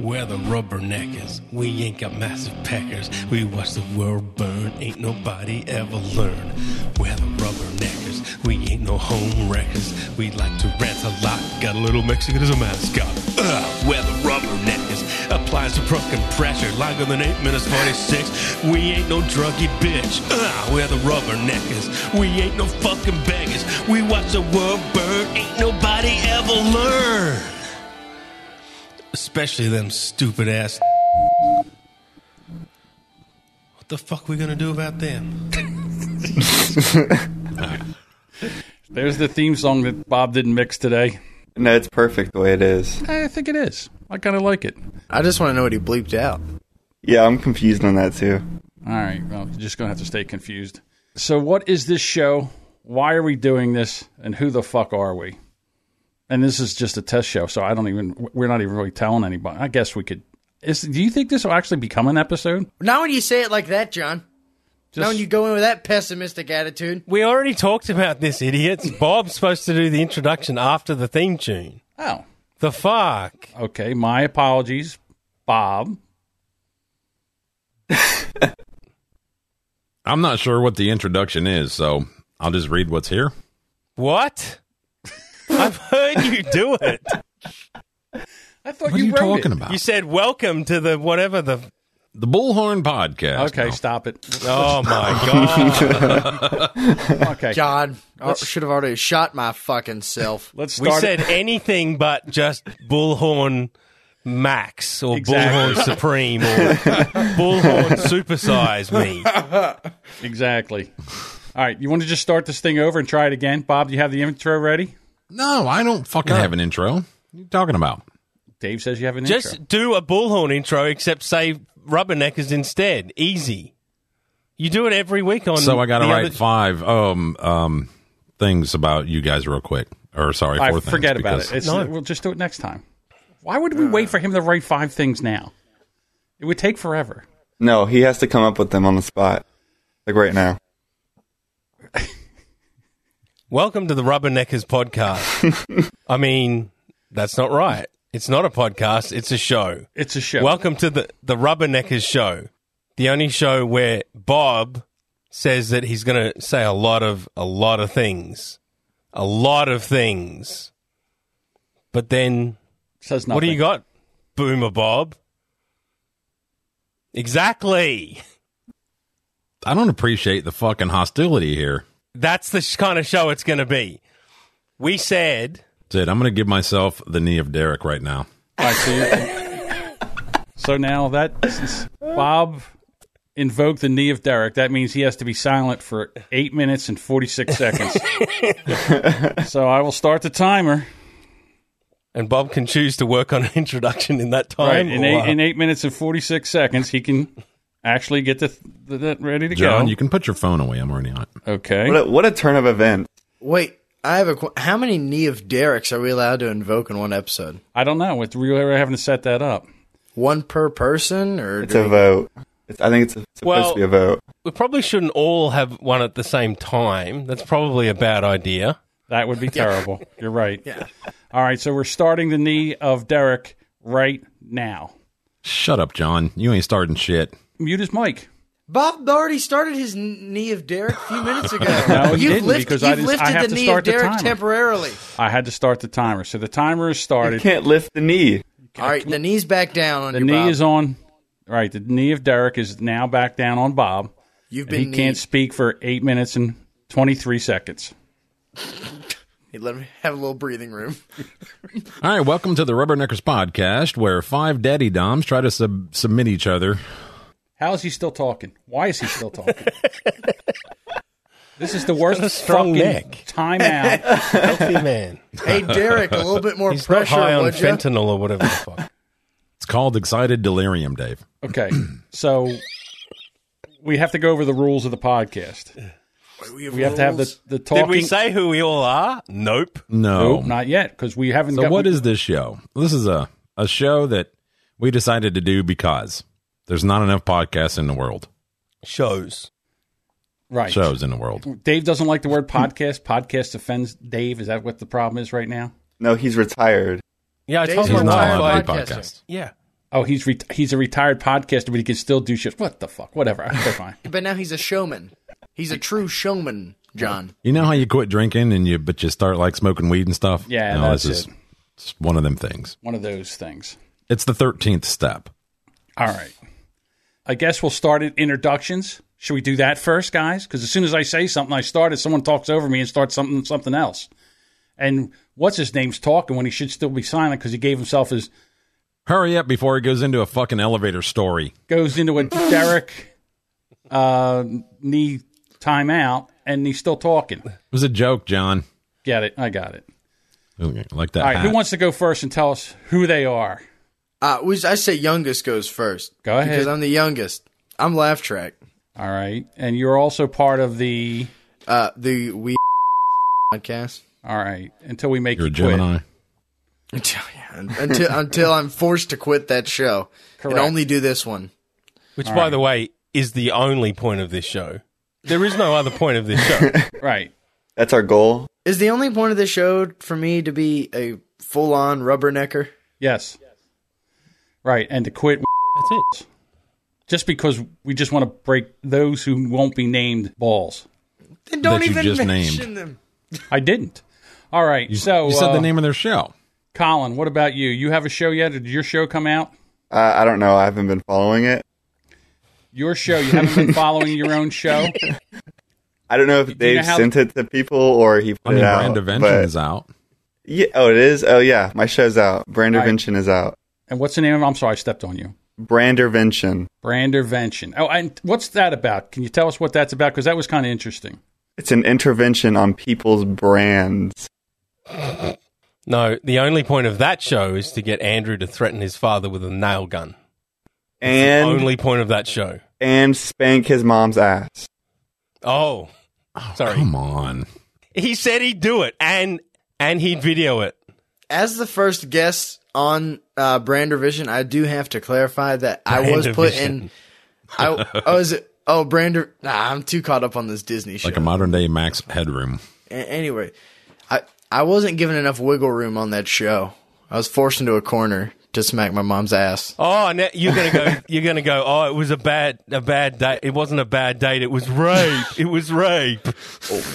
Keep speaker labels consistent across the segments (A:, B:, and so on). A: We're the rubberneckers. We ain't got massive packers. We watch the world burn. Ain't nobody ever learn. We're the rubberneckers. We ain't no home wreckers. We like to rant a lot. Got a little Mexican as a mascot. Ugh, we're the rubberneckers. Applies to broken pressure. Longer than 8 minutes 46. We ain't no druggy bitch. Ugh, we're the rubberneckers. We ain't no fucking beggars. We watch the world burn. Ain't nobody ever learn. Especially them stupid ass. What the fuck we gonna do about them?
B: There's the theme song that Bob didn't mix today.
C: No, it's perfect the way it is.
B: I think it is. I kind of like it.
D: I just want to know what he bleeped out.
C: Yeah, I'm confused on that too.
B: All right. Well, you're just going to have to stay confused. So, what is this show? Why are we doing this? And who the fuck are we? And this is just a test show, so I don't even, we're not even really telling anybody. I guess we could. Is, do you think this will actually become an episode?
D: Not when you say it like that, John. Not when you go in with that pessimistic attitude.
A: We already talked about this, idiots. Bob's supposed to do the introduction after the theme tune.
B: Oh,
A: The fuck?
B: okay. My apologies, Bob.
E: I'm not sure what the introduction is, so I'll just read what's here.
A: What? I've heard you do it.
B: I thought
E: What are you
B: wrote
E: talking
B: it.
E: about?
A: You said welcome to the whatever the.
E: The Bullhorn Podcast.
B: Okay,
E: No.
B: stop it.
A: Oh my god!
B: Okay.
D: John, I should have already shot my fucking self.
B: Let's
A: we
B: start. it.
A: said anything but just bullhorn max or
B: Exactly.
A: bullhorn supreme or bullhorn supersize me.
B: Exactly. All right, you want to just start this thing over and try it again? Bob, do you have the intro ready?
E: No, I don't fucking have an intro. What are you talking about?
B: Dave says you have an
A: Just
B: intro.
A: do a bullhorn intro, except say rubberneckers instead. Easy. You do it every week on.
E: So I got to
A: the
E: write
A: other-
E: five um um things about you guys real quick. Or sorry, four
B: I
E: things.
B: forget about it.
E: because-
B: It's,
A: No.
B: We'll just do it next time. Why would we wait for him to write five things now? It would take forever.
C: No, he has to come up with them on the spot, like right now.
A: Welcome to the Rubberneckers podcast. I mean, that's not right. It's not a podcast. It's a show.
B: It's a show.
A: Welcome to the the Rubberneckers show, the only show where Bob says that he's going to say a lot of a lot of things, a lot of things. But then,
B: says nothing.
A: what do you got, Boomer Bob? Exactly.
E: I don't appreciate the fucking hostility here.
A: That's the sh- kind of show it's going to be. We said
E: That's it. I'm going to give myself the knee of Derek right now.
B: All right, so, you- so now that since Bob invoked the knee of Derek, that means he has to be silent for eight minutes and forty six seconds. so I will start the timer.
A: And Bob can choose to work on an introduction in that
B: Right,
A: time.
B: in
A: or-
B: eight, in eight minutes and 46 seconds, he can actually get the, the, that ready to
E: John,
B: go.
E: you can put your phone away. I'm already on it.
B: okay.
C: What a, what a turn of events.
D: Wait, I have a. Qu- how many knee of Derek's are we allowed to invoke in one episode?
B: I don't know. With- We were having to set that up.
D: One per person, or
C: It's a vote. It's, I think it's supposed
A: Well-
C: to be a vote.
A: we probably shouldn't all have one at the same time. That's probably a bad idea.
B: That would be terrible. You're right. Yeah. All right. So we're starting the knee of Derek right now.
E: Shut up, John. You ain't starting shit.
B: Mute his mic.
D: Bob already started his kn- knee of Derek a few minutes ago.
B: No, he
D: you've
B: didn't,
D: lift-
B: because I
D: you've
B: didn't- I
D: lifted
B: have
D: the
B: to
D: knee
B: start
D: of
B: the
D: Derek
B: timer.
D: temporarily.
B: I had to start the timer. So the timer is
C: You
B: started.
C: can't lift the knee.
D: All right, the knee's back down on
B: The
D: you,
B: knee
D: Bob.
B: is on. All right. The knee of Derek is now back down on Bob.
D: You've
B: He
D: been
B: can't
D: kneed.
B: speak for eight minutes and 23 seconds.
D: He let him have a little breathing room.
E: All right, welcome to the Rubberneckers Podcast, where five daddy doms try to sub- submit each other.
B: How is he still talking? Why is he still talking? this is the worst
A: got a strong
B: fucking
A: neck.
B: timeout.
A: Healthy man.
D: hey, Derek, a little bit more
A: He's not
D: pressure,
A: high on
D: would ya?
A: fentanyl or whatever the fuck.
E: It's called Excited Delirium, Dave.
B: Okay, so we have to go over the rules of the podcast. We have to have the the talking.
A: Did we say who we all are? Nope.
E: No.
B: Nope, not yet because we haven't.
E: so,
B: got,
E: what is this show? This is a, a show that we decided to do because there's not enough podcasts in the world,
A: Shows.
B: right?
E: shows in the world.
B: Dave doesn't like the word podcast. podcast offends Dave. Is that what the problem is right now?
C: No, he's retired.
A: Yeah, I told
D: Days
A: my
E: He's not
D: Why
A: wife.
D: are
E: allowed
A: I,
E: to do
D: podcasters?
E: podcasts.
A: yeah,
B: oh, he's re- he's a retired podcaster, but he can still do shit. What the fuck? Whatever. Okay, fine.
D: But now he's a showman. He's a true showman, John.
E: You know how you quit drinking and you but you start like smoking weed and stuff.
B: Yeah,
E: No,
B: that's
E: it's
B: it.
E: it's one of them things.
B: One of those things.
E: It's the thirteenth step.
B: All right. I guess we'll start at introductions. Should we do that first, guys? Because as soon as I say something, I start it. Someone talks over me and starts something something else. And what's his name's talking when he should still be silent because he gave himself his
E: Hurry up before he goes into a fucking elevator story.
B: goes into a Derek uh, knee timeout and he's still talking.
E: It was a joke, John.
B: Get it? I got it.
E: Okay, Like that.
B: All right. Who
E: hat.
B: wants to go first and tell us who they are?
D: Uh, we, I say youngest goes first.
B: Go ahead.
D: Because I'm the youngest. I'm laugh track.
B: All right. And you're also part of the.
D: Uh, the we podcast.
B: All right. Until we make
E: You're a
B: you quit.
E: Gemini.
D: Until, yeah, until until I'm forced to quit that show
B: Correct.
D: and only do this one.
F: Which, by the way, is the only point of this show. There is no other point of this show.
B: Right.
C: That's our goal.
D: Is the only point of this show for me to be a full on rubbernecker?
B: Yes. Right. And to quit
F: That's it.
B: just because we just want to break those who won't be named balls.
D: Then don't
E: That you
D: even
E: just
D: mention
E: named.
D: them.
B: I didn't. All right. so,
E: you said
B: uh,
E: the name of their show.
B: Colin, what about you? You have a show yet? Or did your show come out?
C: Uh, I don't know. I haven't been following it.
B: Your show. You haven't been following your own show?
C: I don't know if
B: you
C: they
B: know how-
C: sent it to people or he put
E: I mean,
C: it out.
E: Brandavention
C: but-
E: is out.
C: yeah, oh, it is. Oh, yeah, my show's out. Brandervention is out.
B: And what's the name of I'm sorry, I stepped on you.
C: Brandervention.
B: Brandervention. Oh, and what's that about? Can you tell us what that's about? Because that was kind of interesting.
C: It's an intervention on people's brands.
F: No, the only point of that show is to get Andrew to threaten his father with a nail gun.
C: And
F: only point of that show.
C: and spank his mom's ass.
F: Oh, sorry.
E: Come on.
F: He said he'd do it, and and he'd video it.
D: As the first guest on uh, Brander Vision, I do have to clarify that I was put in. I, I was oh Brander. Nah, I'm too caught up on this Disney show.
E: Like a modern day Max Headroom.
D: A- anyway, I I wasn't given enough wiggle room on that show. I was forced into a corner to smack my mom's ass.
F: Oh, now you're gonna go. You're gonna go. Oh, it was a bad, a bad date. It wasn't a bad date. It was rape. It was rape.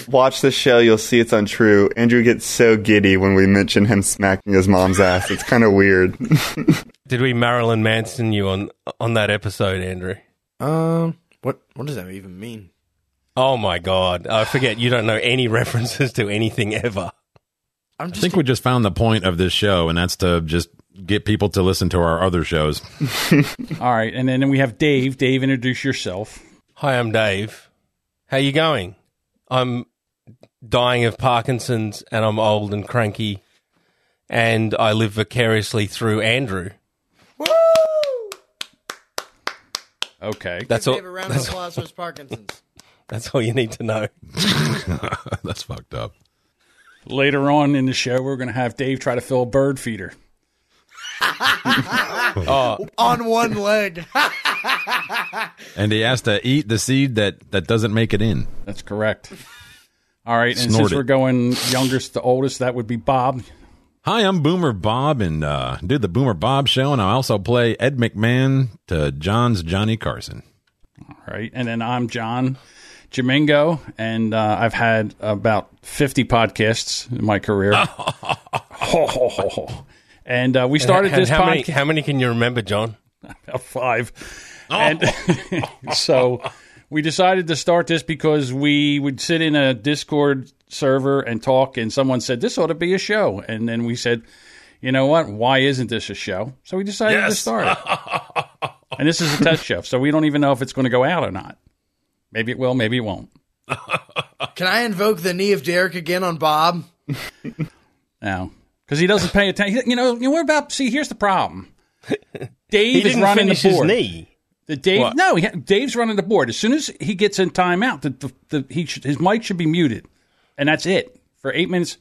C: Watch the show, you'll see it's untrue. Andrew gets so giddy when we mention him smacking his mom's ass. It's kind of weird.
F: Did we Marilyn Manson you on on that episode, Andrew?
D: Um, what what does that even mean?
F: Oh my God! I forget. You don't know any references to anything ever.
D: I'm
E: I
D: just
E: think we just found the point of this show, and that's to just get people to listen to our other shows.
B: All right. And then we have Dave. Dave, introduce yourself.
F: Hi, I'm Dave. How you going? I'm dying of Parkinson's and I'm old and cranky and I live vicariously through Andrew.
B: Okay.
F: That's all
D: Give a round of applause for his Parkinson's.
F: that's all you need to know.
E: that's fucked up.
B: Later on in the show, we're going to have Dave try to fill a bird feeder.
D: on one leg.
E: And he has to eat the seed that that doesn't make it in.
B: That's correct. All right. And
E: Snort
B: since
E: it.
B: we're going youngest to oldest, that would be Bob.
E: Hi, I'm Boomer Bob, and uh, do the Boomer Bob show, and I also play Ed McMahon to John's Johnny Carson.
B: All right. And then I'm John Jamingo. And uh, I've had about 50 podcasts in my career. Ho, ho, ho, ho. And uh, we started
F: And
B: this
F: how many,
B: podcast
F: how many can you remember, John?
B: about five.
F: Oh.
B: And so we decided to start this because we would sit in a Discord server and talk, and someone said, This ought to be a show. And then we said, You know what? Why isn't this a show? So we decided to start it. and this is a test show, so we don't even know if it's going to go out or not. Maybe it will, maybe it won't.
D: Can I invoke the knee of Derek again on Bob?
B: No, because he doesn't pay attention. You know, you know, we're about. See, here's the problem. Dave
F: He
B: is
F: didn't
B: running
F: finish
B: the board.
F: his knee.
B: The Dave,
F: What?
B: no, he, Dave's running the board. As soon as he gets in timeout, the, the, the, he should, his mic should be muted, and that's it for eight minutes.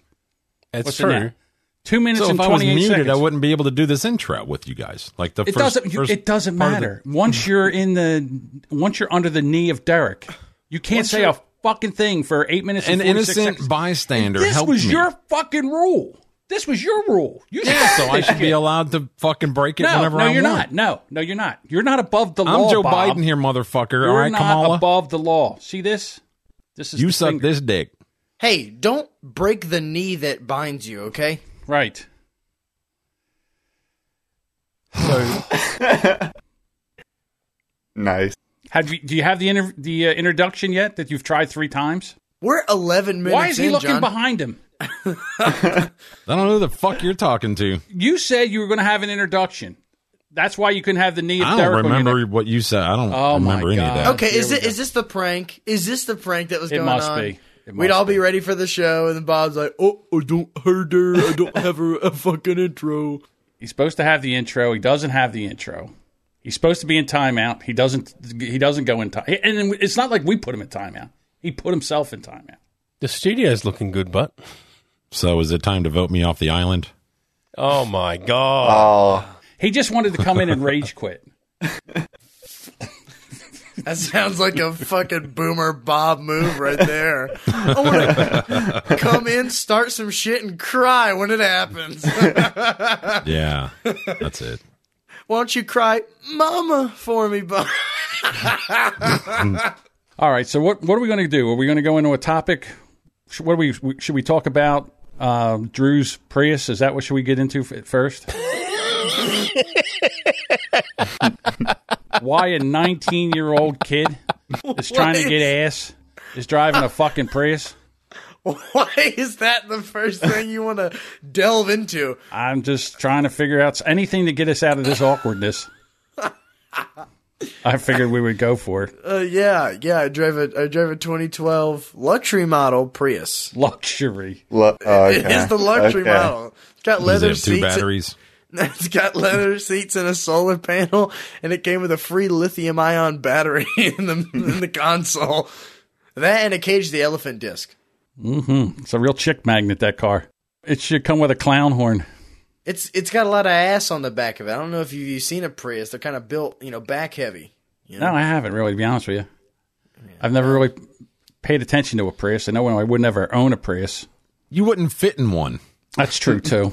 F: It's
B: What's the
F: true.
B: net? Two minutes
E: So
B: and
E: if I was
B: twenty eight
E: muted,
B: seconds.
E: I wouldn't be able to do this intro with you guys. Like the
B: it does
E: first,
B: doesn't. you-
E: first
B: it doesn't
E: part of the-
B: matter. once you're in the, once you're under the knee of Derek, you can't say a fucking thing for eight minutes. And
E: an
B: 46
E: innocent
B: seconds.
E: bystander
B: This
E: helped
B: was
E: me.
B: your fucking rule. This was your rule. You yeah,
E: So I should be allowed to fucking break it
B: No,
E: whenever
B: no,
E: I
B: you're not.
E: want.
B: No, no, you're not. You're not above the law.
E: I'm Joe
B: Bob.
E: Biden here, motherfucker.
B: You're
E: All right,
B: not
E: Kamala.
B: above the law. See this? This is
E: You
B: the
E: suck
B: finger.
E: this dick.
D: Hey, don't break the knee that binds you, okay?
B: right.
C: Nice.
B: Have you? Do you have the inter- the uh, introduction yet that you've tried three times?
D: We're 11 minutes
B: Why is he
D: in,
B: looking
D: John.
B: behind him?
E: I don't know who the fuck you're talking to.
B: You said you were going to have an introduction. That's why you couldn't have the knee.
E: I
B: hysterical
E: don't remember
B: unit.
E: what you said. I don't
B: Oh, my
E: remember any
B: God.
E: of that.
D: Okay,
B: Here
D: is
B: we
D: it
B: go.
D: is this the prank? Is this the prank that was
B: It
D: going
B: must
D: on?
B: be. It
D: We'd
B: must
D: all be
B: be.
D: ready for the show, and then Bob's like, "Oh, I don't heard her. I don't have her a fucking intro."
B: He's supposed to have the intro. He doesn't have the intro. He's supposed to be in timeout. He doesn't. He doesn't go in time. And then it's not like we put him in timeout. He put himself in timeout.
F: The studio's looking good, but
E: So is it time to vote me off the island?
F: oh my god,
C: Oh,
B: He just wanted to come in and rage quit.
D: That sounds like a fucking boomer Bob move right there. I want to come in, start some shit, and cry when it happens.
E: Yeah, that's it.
D: Why don't you cry, Mama, for me, Bob?
B: All right. So what what are we going to do? Are we going to go into a topic? Sh- What are we should we talk about? Um, Drew's Prius. Is that what should we get into f- first? Why a 19 year old kid is trying to get ass is driving a fucking Prius?
D: Why is that the first thing you want to delve into?
B: I'm just trying to figure out anything to get us out of this awkwardness. I figured we would go for it.
D: Uh, yeah, yeah. I drove a I drove a 2012 luxury model Prius.
B: Luxury.
C: lo- oh,
D: It
C: okay.
D: is the luxury
C: Okay.
D: model. It's got
E: Does it
D: leather
E: have two
D: seats.
E: batteries?
D: It's got leather seats and a solar panel, and it came with a free lithium ion battery in the in the console. That and a cage the elephant disc.
B: It's a real chick magnet, that car. It should come with a clown horn.
D: It's it's got a lot of ass on the back of it. I don't know if you've, you've seen a Prius. They're kind of built, you know, back heavy.
B: No, I haven't really, to be honest with you. I've never really paid attention to a Prius. I know I would never own a Prius.
E: You wouldn't fit in one.
B: That's true, too.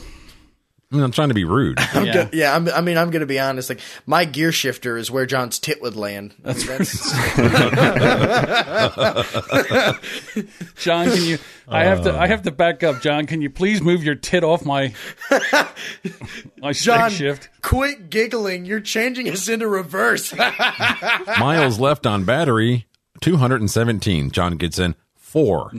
E: I mean, I'm trying to be rude.
D: I'm
B: Yeah.
D: yeah, yeah I'm, I mean, I'm gonna be honest. Like my gear shifter is where John's tit would land. That's,
B: John, can you? I have to. I have to back up. John, can you please move your tit off my my stick
D: John,
B: shift?
D: quit giggling. You're changing us into reverse.
E: Miles left on battery, 217. John gets in four.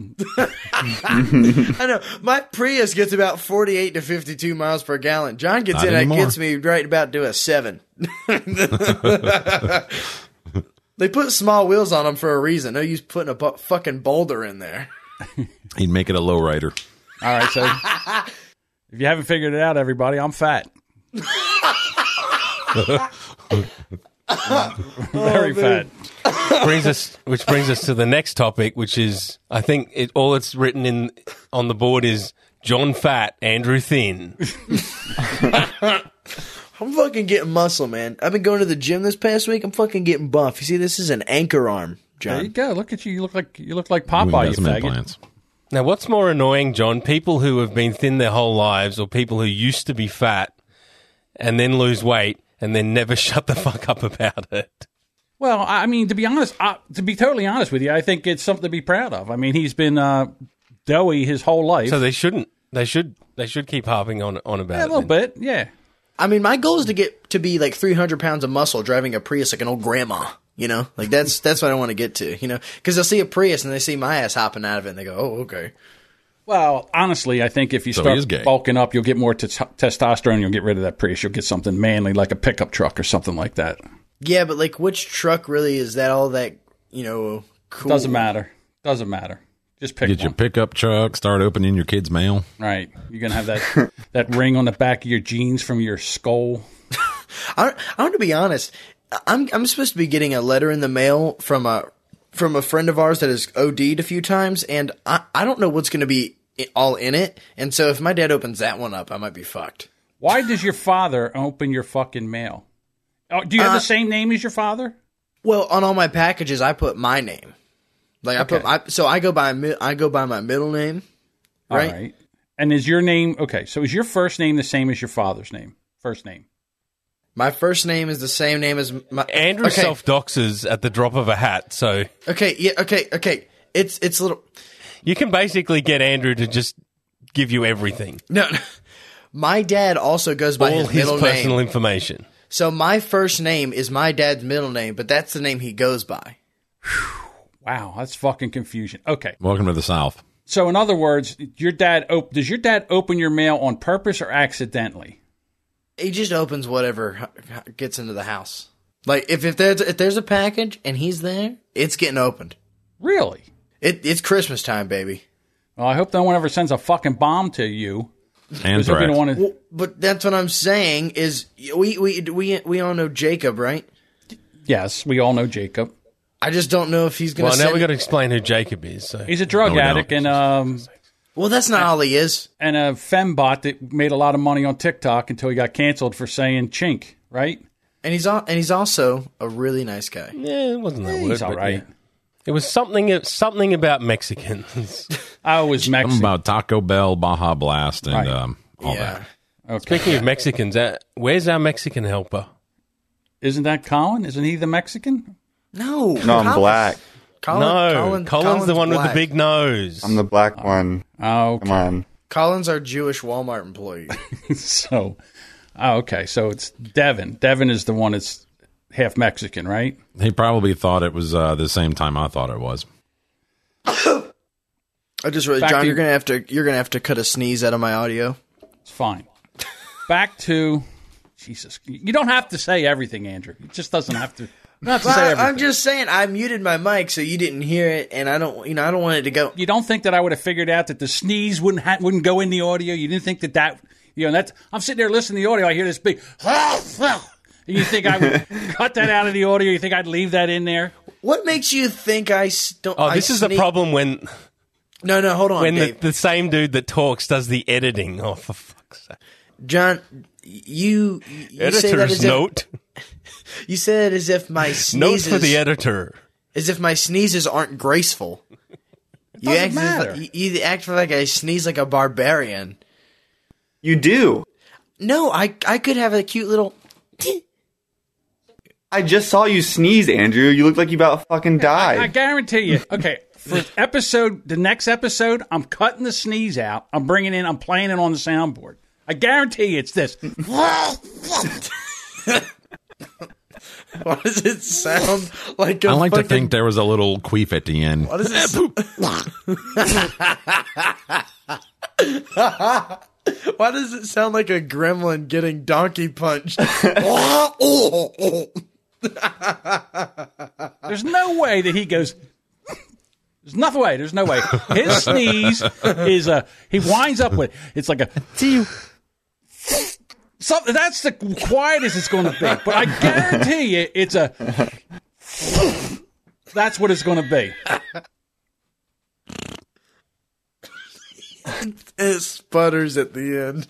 D: I know. My Prius gets about 48 to 52 miles per gallon. John gets
E: Not
D: in,
E: anymore.
D: it gets me right about to a seven. they put small wheels on them for a reason. No use putting a bu- fucking boulder in there.
E: He'd make it a lowrider.
B: All right, so if you haven't figured it out, everybody, I'm fat.
D: Oh,
B: Very fat.
F: brings us which brings us to the next topic, which is I think it all it's written in on the board is John Fat, Andrew Thin.
D: I'm fucking getting muscle, man. I've been going to the gym this past week. I'm fucking getting buff. You see, this is an anchor arm,
B: There you
D: John.
B: go. Look at you. You look like you look like
E: Ooh,
B: Popeye.
E: got
B: You
E: some
B: faggot.
E: implants.
F: Now, what's more annoying, John? People who have been thin their whole lives or people who used to be fat and then lose weight and then never shut the fuck up about it.
B: Well, I mean, to be honest, I, to be totally honest with you, I think it's something to be proud of. I mean, he's been uh, doughy his whole life.
F: So they shouldn't. They should. They should keep harping on on about
B: yeah, a
F: it.
B: little
F: then.
B: bit, yeah.
D: I mean, my goal is to get to be like 300 pounds of muscle driving a Prius like an old grandma. You know, like that's that's what I want to get to. You know, because they'll see a Prius and they see my ass hopping out of it and they go, "Oh, okay."
B: Well, honestly, I think if you
E: So he is
B: start
E: gay.
B: bulking up, you'll get more t- testosterone. You'll get rid of that Prius. You'll get something manly, like a pickup truck or something like that.
D: Yeah, but like, which truck really is that? All that you know, cool.
B: Doesn't matter. Doesn't matter. Just pick
E: Get
B: one.
E: your pickup truck, start opening your kid's mail.
B: Right. You're gonna have that that ring on the back of your jeans from your skull.
D: I, I want to be honest. I'm I'm supposed to be getting a letter in the mail from a from a friend of ours that has OD'd a few times, and I I don't know what's going to be i- all in it. And so, if my dad opens that one up, I might be fucked.
B: Why does your father open your fucking mail? Oh, do you have the same name as your father?
D: Well, on all my packages, I put my name. Like I put, I, so I go by mi- I go by my middle name,
B: All
D: right?
B: And is your name okay? So is your first name the same as your father's name? First name.
D: My first name is the same name as my
A: Andrew
D: Okay,
A: self doxes at the drop of a hat, so
D: okay, yeah, okay, okay. It's it's a little
A: you can basically get Andrew to just give you everything,
D: no. no. My dad also goes by
A: all
D: his,
A: his
D: middle
A: personal
D: name.
A: information.
D: So my first name is my dad's middle name, but that's the name he goes by.
B: Wow, that's fucking confusion. Okay.
E: Welcome to the South.
B: So in other words, your dad op- does your dad open your mail on purpose or accidentally?
D: He just opens whatever h- gets into the house. Like if, if there's if there's a package and he's there, it's getting opened.
B: Really?
D: It it's Christmas time, baby.
B: Well, I hope no one ever sends a fucking bomb to you. 'cause hope you
E: Anthrax.
B: don't want to.
D: Well, but that's what I'm saying is we we we we all know Jacob, right?
B: Yes, we all know Jacob.
D: I just don't know if he's gonna.
F: Oh,
A: Well, now
D: send-
A: we got to explain who Jacob is. So
B: He's a drug
E: No, we don't.
B: addict and um
D: well, that's not all he is.
B: and a fembot that made a lot of money on TikTok until he got canceled for saying chink. Right?
D: And he's al- and he's also a really nice guy.
A: yeah, it wasn't that word.
B: He's all
A: but
B: right.
A: yeah. It was something something about Mexicans.
B: I was
E: Something
B: Oh, Mexican.
E: about Taco Bell, Baja Blast, and
B: Right.
E: um, all
D: Yeah.
E: that.
B: Okay.
A: Speaking of Mexicans, uh, where's our Mexican helper?
B: Isn't that Colin? Isn't he the Mexican?
D: No.
C: No, I'm
D: Colin's-
C: black.
D: Colin,
A: no,
D: Colin-
A: Colin's, the one with
D: black.
A: the big nose.
C: I'm the black one.
B: Oh,
C: Come on.
D: Colin's our Jewish Walmart employee.
B: so oh, okay. So it's Devin. Devin is the one that's half Mexican, right?
E: He probably thought it was uh, the same time I thought it was.
D: I just really,
B: Back
D: John,
B: to-
D: you're gonna have to you're gonna have to cut a sneeze out of my audio.
B: It's fine. Back to Jesus. You don't have to say everything, Andrew. It just doesn't have to. Not to say
D: Well, I,
B: everything.
D: am just saying I muted my mic so you didn't hear it, and I don't you know I don't want it to go.
B: you don't think that I would have figured out that the sneeze wouldn't ha- wouldn't go in the audio. You didn't think that that you know that's I'm sitting there listening to the audio. I hear this big. And you think I would cut that out of the audio? You think I'd leave that in there?
D: What makes you think I s- don't?
A: oh,
D: I
A: this is the
D: sneeze-
A: problem when
D: No, no, hold on,
A: when the,
D: Dave.
A: the same dude that talks does the editing. Oh, for fuck's sake!
D: John, you you say that
A: Editor's
D: as if,
A: note.
D: you say that as if my
A: Note for
D: sneezes
A: the editor.
D: as if my sneezes aren't graceful. you
B: doesn't
D: act
B: matter.
D: As if, you you act like I sneeze like a barbarian.
C: You do.
D: No, I I could have a cute little.
C: I just saw you sneeze, Andrew. You look like you about fucking
B: I
C: died.
B: guarantee you. Okay, for episode the next episode, I'm cutting the sneeze out. I'm bringing in. I'm playing it on the soundboard. I guarantee you, it's this.
D: Why does it sound like? a
E: I like to
D: fucking-
E: think there was a little queef at the end.
D: Why does it s- Why does it sound like a gremlin getting donkey punched?
B: There's no way that he goes. There's no way. There's no way. His sneeze is a. He winds up with. It's like a. Something that's the quietest it's going to be. But I guarantee you, it's a. That's what it's going to be.
D: it sputters at the end.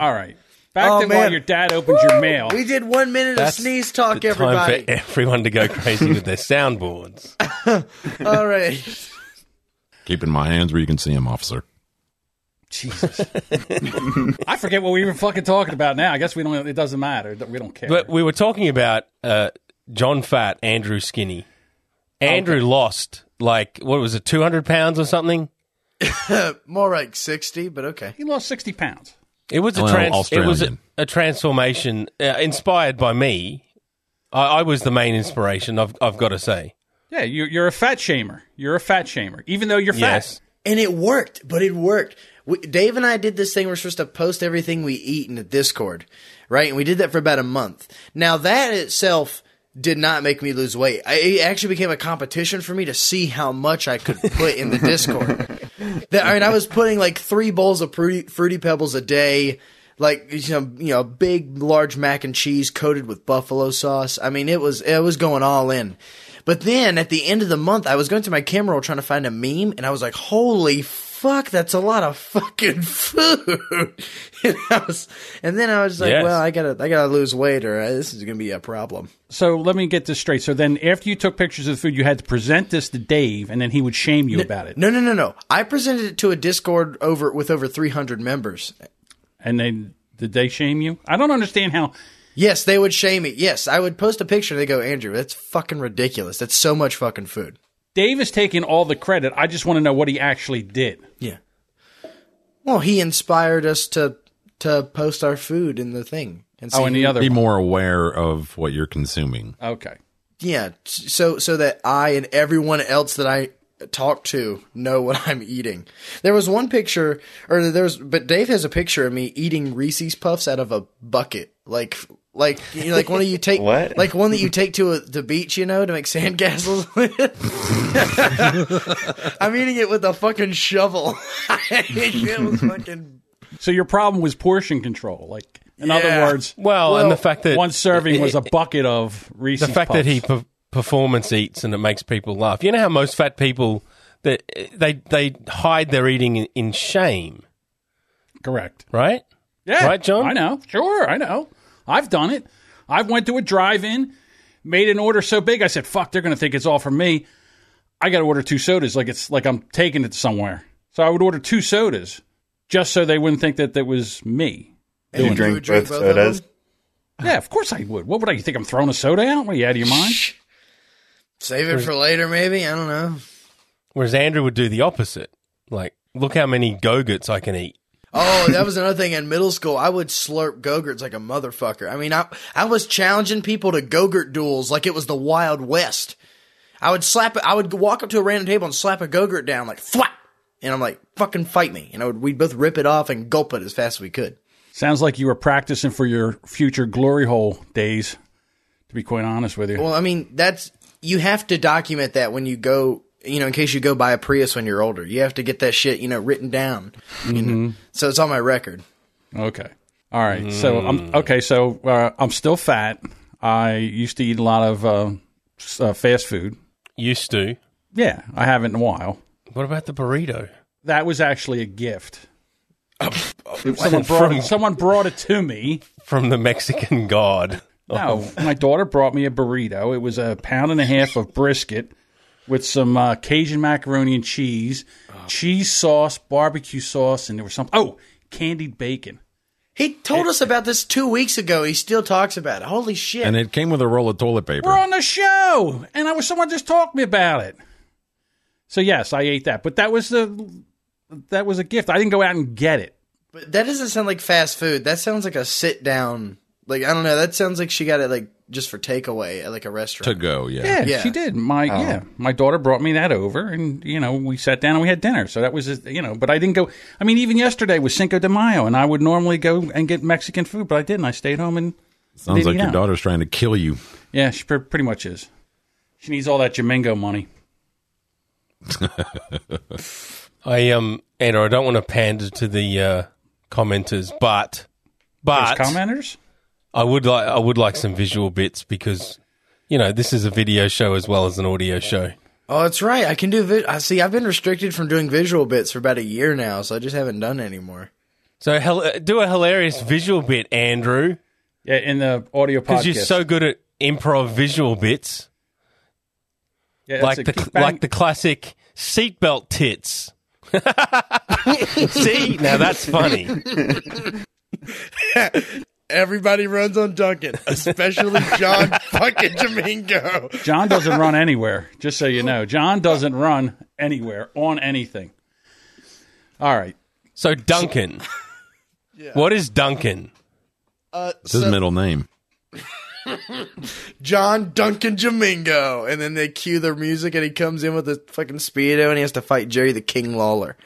B: All right. Back
D: Oh,
B: to why
D: man.
B: your dad opens your mail.
D: We did one minute
A: That's
D: of sneeze talk,
A: the
D: everybody.
A: Time for everyone to go crazy with their soundboards.
D: All right.
E: Keeping my hands where you can see him, officer.
B: Jesus. I forget what we were fucking talking about now. I guess we don't. It doesn't matter. We don't care.
A: But we were talking about uh, John Fat, Andrew Skinny.
D: Oh,
A: Andrew lost like what was it, two hundred pounds or something?
D: More like 60, but okay.
B: he lost sixty pounds.
A: It was a
E: Well,
A: trans- it was a,
E: Australian.
A: a transformation uh, inspired by me. I, I was the main inspiration. I've I've got to say
B: Yeah, you, you're a fat shamer. You're a fat shamer, even though you're fat.
A: yes.
D: And it worked, but it worked. We, Dave and I did this thing. We're supposed to post everything we eat in the Discord, right? And we did that for about a month. Now, that itself did not make me lose weight. I, it actually became a competition for me to see how much I could put in the Discord. that, I mean, I was putting like three bowls of fruity, fruity pebbles a day, like you know, you know, big large mac and cheese coated with buffalo sauce. I mean, it was it was going all in. But then at the end of the month, I was going through my camera roll trying to find a meme, and I was like, "Holy fuck, that's a lot of fucking food. and, I was, and then I was like,
A: Yes.
D: well, I gotta, I gotta lose weight, or uh, this is gonna be a problem.
B: So let me get this straight. So then, after you took pictures of the food, you had to present this to Dave, and then he would shame you about it.
D: No, no, no, no. I presented it to a Discord over with over 300 members.
B: And then did they shame you? I don't understand how.
D: Yes, they would shame me. Yes, I would post a picture. They go, Andrew, that's fucking ridiculous. That's so much fucking food.
B: Dave is taking all the credit. I just want to know what he actually did.
D: Yeah. Well, he inspired us to to post our food in the thing. And
B: Oh, and the
D: who-
B: other.
E: Be
B: one.
E: more aware of what you're consuming.
B: Okay.
D: Yeah, so so that I and everyone else that I talk to know what I'm eating. There was one picture, or there was, but Dave has a picture of me eating Reese's Puffs out of a bucket, like like you know, like one of you take
C: What?
D: like one that you take to a, the beach, you know, to make sandcastles. with. I'm eating it with a fucking shovel. it was fucking.
B: So your problem was portion control. Like, in other
D: Yeah.
B: words,
A: Well, and the fact that
B: one serving was a bucket of
A: the
B: Reese's
A: fact that he
B: Puffs.
A: per- performance eats and it makes people laugh. You know how most fat people that uh, they they hide their eating in, in shame,
B: correct.
A: right?
B: Yeah.
A: Right, John?
B: I know. Sure, I know. I've done it. I've went to a drive-in, made an order so big I said, "Fuck, they're going to think it's all for me." I got to order two sodas like it's like I'm taking it somewhere. So I would order two sodas just so they wouldn't think that that was me.
C: Did you
D: And
C: drink
D: would
C: both
D: of them?
C: sodas?
B: Yeah, of course I would. What would I you think I'm throwing a soda out? What, Are you out of your mind?
D: Save it for later, maybe. I don't know.
A: Whereas Andrew would do the opposite. Like, look how many go-gurts I can eat.
D: Oh, that was another thing in middle school. I would slurp Gogurts like a motherfucker. I mean, I I was challenging people to Gogurt duels like it was the Wild West. I would slap. I would walk up to a random table and slap a Gogurt down like thwap, and I'm like, "Fucking fight me!" And I would we'd both rip it off and gulp it as fast as we could.
B: Sounds like you were practicing for your future glory hole days. To be quite honest with you,
D: Well, I mean, that's you have to document that when you go, you know, in case you go buy a Prius when you're older, you have to get that shit, you know, written down. You know, so it's on my record.
B: Okay. All right. So I'm okay. So uh, I'm still fat. I used to eat a lot of uh, s- uh, fast food.
A: Used to.
B: Yeah, I haven't in a while.
A: What about the burrito?
B: That was actually a gift. someone brought it, someone brought it to me.
A: From the Mexican god.
B: No, my daughter brought me a burrito. It was a pound and a half of brisket with some uh, Cajun macaroni and cheese, cheese sauce, barbecue sauce, and there was some oh candied bacon.
D: He told us about this two weeks ago. He still talks about it. Holy shit!
E: And it came with a roll of toilet paper.
B: We're on the show, and I was someone just talked to me about it. So yes, I ate that, but that was the that was a gift. I didn't go out and get it.
D: But that doesn't sound like fast food. That sounds like a sit down. Like I don't know. That sounds like she got it like just for takeaway at like a
E: to
D: restaurant.
E: go, yeah.
B: Yeah,
D: Yeah.
B: she did. My
A: Oh.
B: yeah, my daughter brought me that over, and you know we sat down and we had dinner. So that was a- you know, but I didn't go. I mean, even yesterday was Cinco de Mayo, and I would normally go and get Mexican food, but I didn't. I stayed home and
E: Sounds
B: didn't
E: like
B: eat
E: your
B: out.
E: daughter's trying to kill you.
B: Yeah, she pre- pretty much is. She needs all that Jamingo money.
A: I um Andrew, I don't want to pander to the uh, commenters, but
B: There's
A: but
B: commenters.
A: I would like I would like some visual bits because you know this is a video show as well as an audio show.
D: Oh, that's right. I can do. Vi- I see. I've been restricted from doing visual bits for about a year now, so I just haven't done it anymore.
A: So hel- uh, do a hilarious visual bit, Andrew,
B: Yeah, in the audio podcast.
A: because you're so good at improv visual bits,
B: yeah, that's
A: like
B: it.
A: the
B: Keep
A: cl-
B: bang-
A: like the classic seatbelt tits. See, now that's funny.
D: Everybody runs on Duncan, especially John fucking Domingo.
B: John doesn't run anywhere, just so you know. John doesn't run anywhere on anything. All right.
A: So Duncan, what is Duncan?
E: It's his middle name.
D: John Duncan Domingo, and then they cue their music, and he comes in with a fucking speedo, and he has to fight Jerry the King Lawler.